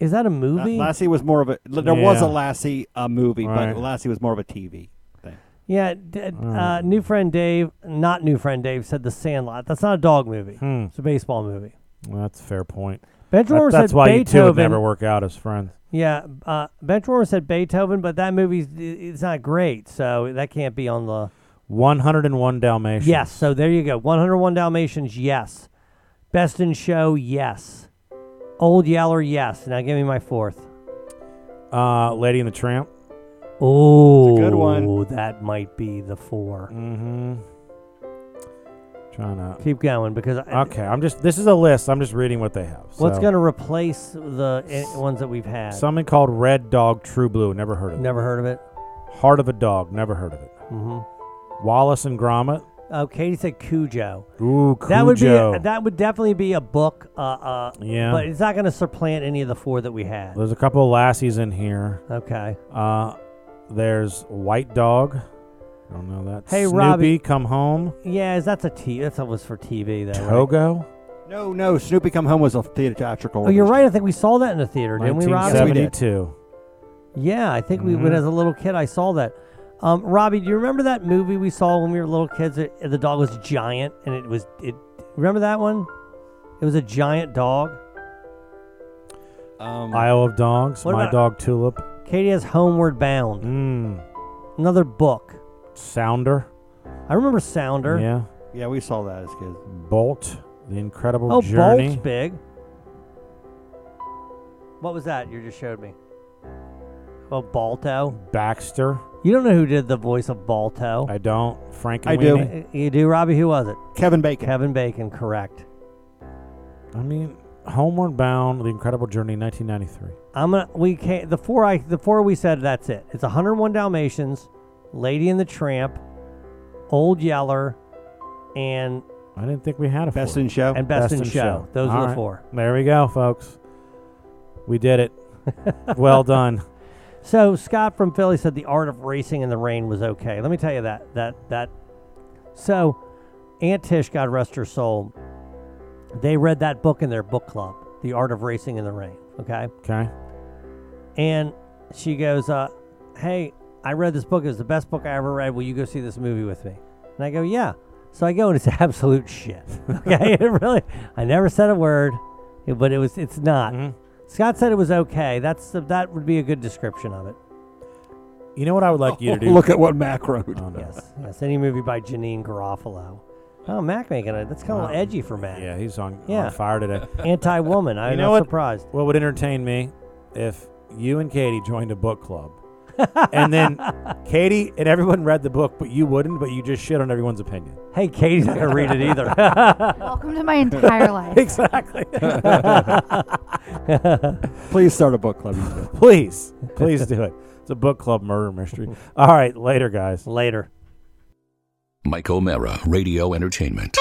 Speaker 9: Is that a movie?
Speaker 10: Lassie was more of a. There was
Speaker 1: Yeah.
Speaker 10: a Lassie uh, movie,
Speaker 1: Right.
Speaker 10: but Lassie was more of a TV thing.
Speaker 9: yeah, d- uh,
Speaker 1: right.
Speaker 9: new friend Dave, not new friend Dave, said The Sandlot. That's not a dog movie. It's a baseball movie.
Speaker 1: Well, that's a fair point.
Speaker 9: Bench
Speaker 1: That-
Speaker 9: warmer
Speaker 1: that's
Speaker 9: said
Speaker 1: why you two would
Speaker 9: Beethoven-
Speaker 1: never work out as friends.
Speaker 9: Yeah, uh, Benchwarmer said Beethoven, but that movie's i- it's not great, so that can't be on the.
Speaker 1: 101 Dalmatians.
Speaker 9: Yes, so there you go. 101 Dalmatians, yes. Best in Show, yes. Old Yeller, yes. Now give me my fourth.
Speaker 1: Uh, Lady and the Tramp.
Speaker 9: Oh,
Speaker 1: good one.
Speaker 9: That might be the 4
Speaker 1: Mm-hmm. Trying to
Speaker 9: Keep going because I,
Speaker 1: Okay, I'm just. This is a list. I'm just reading what they have.
Speaker 9: What's
Speaker 1: So,
Speaker 9: going to replace the i- ones that we've had?
Speaker 1: Something called Red Dog True Blue. Never heard of it.
Speaker 9: Never heard of it.
Speaker 1: Heart of a Dog. Never heard of it.
Speaker 9: Mhm.
Speaker 1: Wallace and Gromit.
Speaker 9: Oh, Katie said Cujo.
Speaker 1: Ooh, Cujo.
Speaker 9: That would be a, that would definitely be a book. Uh, uh,
Speaker 1: Yeah.
Speaker 9: But it's not going to supplant any of the four that we had.
Speaker 1: There's a couple of lassies in here.
Speaker 9: Okay.
Speaker 1: Uh, there's White Dog. I don't know that.
Speaker 9: Hey,
Speaker 1: Snoopy,
Speaker 9: Robbie.
Speaker 1: come home.
Speaker 9: Yeah, is that's a T. That's almost for TV though. right?
Speaker 1: Togo.
Speaker 10: No, no, Snoopy Come Home was a theatrical.
Speaker 9: Oh, you're right. I think we saw that in the theater, didn't we, Robbie?
Speaker 1: 1972.
Speaker 9: Yeah, I think we. When
Speaker 1: Mhm.
Speaker 9: as a little kid, I saw that. Um, Robbie, do you remember that movie we saw when we were little kids? It, the dog was giant, and it was it. Remember that one? It was a giant dog.
Speaker 10: Um,
Speaker 1: Isle of Dogs.
Speaker 9: What
Speaker 1: My
Speaker 9: about-
Speaker 1: Dog Tulip.
Speaker 9: Katie has Homeward Bound.
Speaker 1: Mm.
Speaker 9: Another book.
Speaker 1: Sounder.
Speaker 9: I remember Sounder.
Speaker 1: Yeah.
Speaker 10: Yeah, we saw that as kids.
Speaker 1: Bolt. The Incredible
Speaker 9: Oh,
Speaker 1: Journey.
Speaker 9: Bolt's big. What was that you just showed me? Oh, Balto.
Speaker 1: Baxter.
Speaker 9: You don't know who did the voice of Balto.
Speaker 1: I don't. Frank.
Speaker 10: I do.
Speaker 9: You do, Robbie. Who was it?
Speaker 10: Kevin Bacon.
Speaker 9: Kevin Bacon. Correct.
Speaker 1: I mean, Homeward Bound: The Incredible Journey, 1993.
Speaker 9: I'm gonna. We can't. The four. I. The four we said. That's it. It's 101 Dalmatians, Lady and the Tramp, Old Yeller, and
Speaker 1: I didn't think we had a
Speaker 10: Best
Speaker 1: four.
Speaker 10: in Show.
Speaker 9: And Best in Show. Those
Speaker 1: All
Speaker 9: are the
Speaker 1: right.
Speaker 9: four.
Speaker 1: There we go, folks. We did it. well done.
Speaker 9: So Scott from Philly said the art of racing in the rain was okay. Let me tell you that that that. So, Aunt Tish, God rest her soul, they read that book in their book club, The Art of Racing in the Rain. Okay.
Speaker 1: Okay.
Speaker 9: And she goes, uh, "Hey, I read this book. It was the best book I ever read. Will you go see this movie with me?" And I go, "Yeah." So I go, and it's absolute shit. Okay, it really. I never said a word, but it was. It's not. Scott said it was okay. That's that would be a good description of it.
Speaker 1: You know what I would like you to do?
Speaker 10: Look at what Mac wrote.
Speaker 1: Oh, no.
Speaker 9: Yes, yes. Any movie by Janine Garofalo. Oh, Mac making it. That's kind of
Speaker 1: Wow.
Speaker 9: edgy for Mac.
Speaker 1: Yeah, he's on,
Speaker 9: Yeah.
Speaker 1: on fire today.
Speaker 9: Anti-woman. I'm
Speaker 1: you
Speaker 9: not
Speaker 1: know what?
Speaker 9: surprised.
Speaker 1: What would entertain me if you and Katie joined a book club, and then Katie and everyone read the book, but you wouldn't, but you just shit on everyone's opinion.
Speaker 9: Hey, Katie's not gonna read it either.
Speaker 11: Welcome to my entire life.
Speaker 1: exactly.
Speaker 10: Please start a book club. you two.
Speaker 1: please, please do it. It's a book club murder mystery. All right, later, guys.
Speaker 9: Later.
Speaker 15: Mike O'Mara, Radio Entertainment.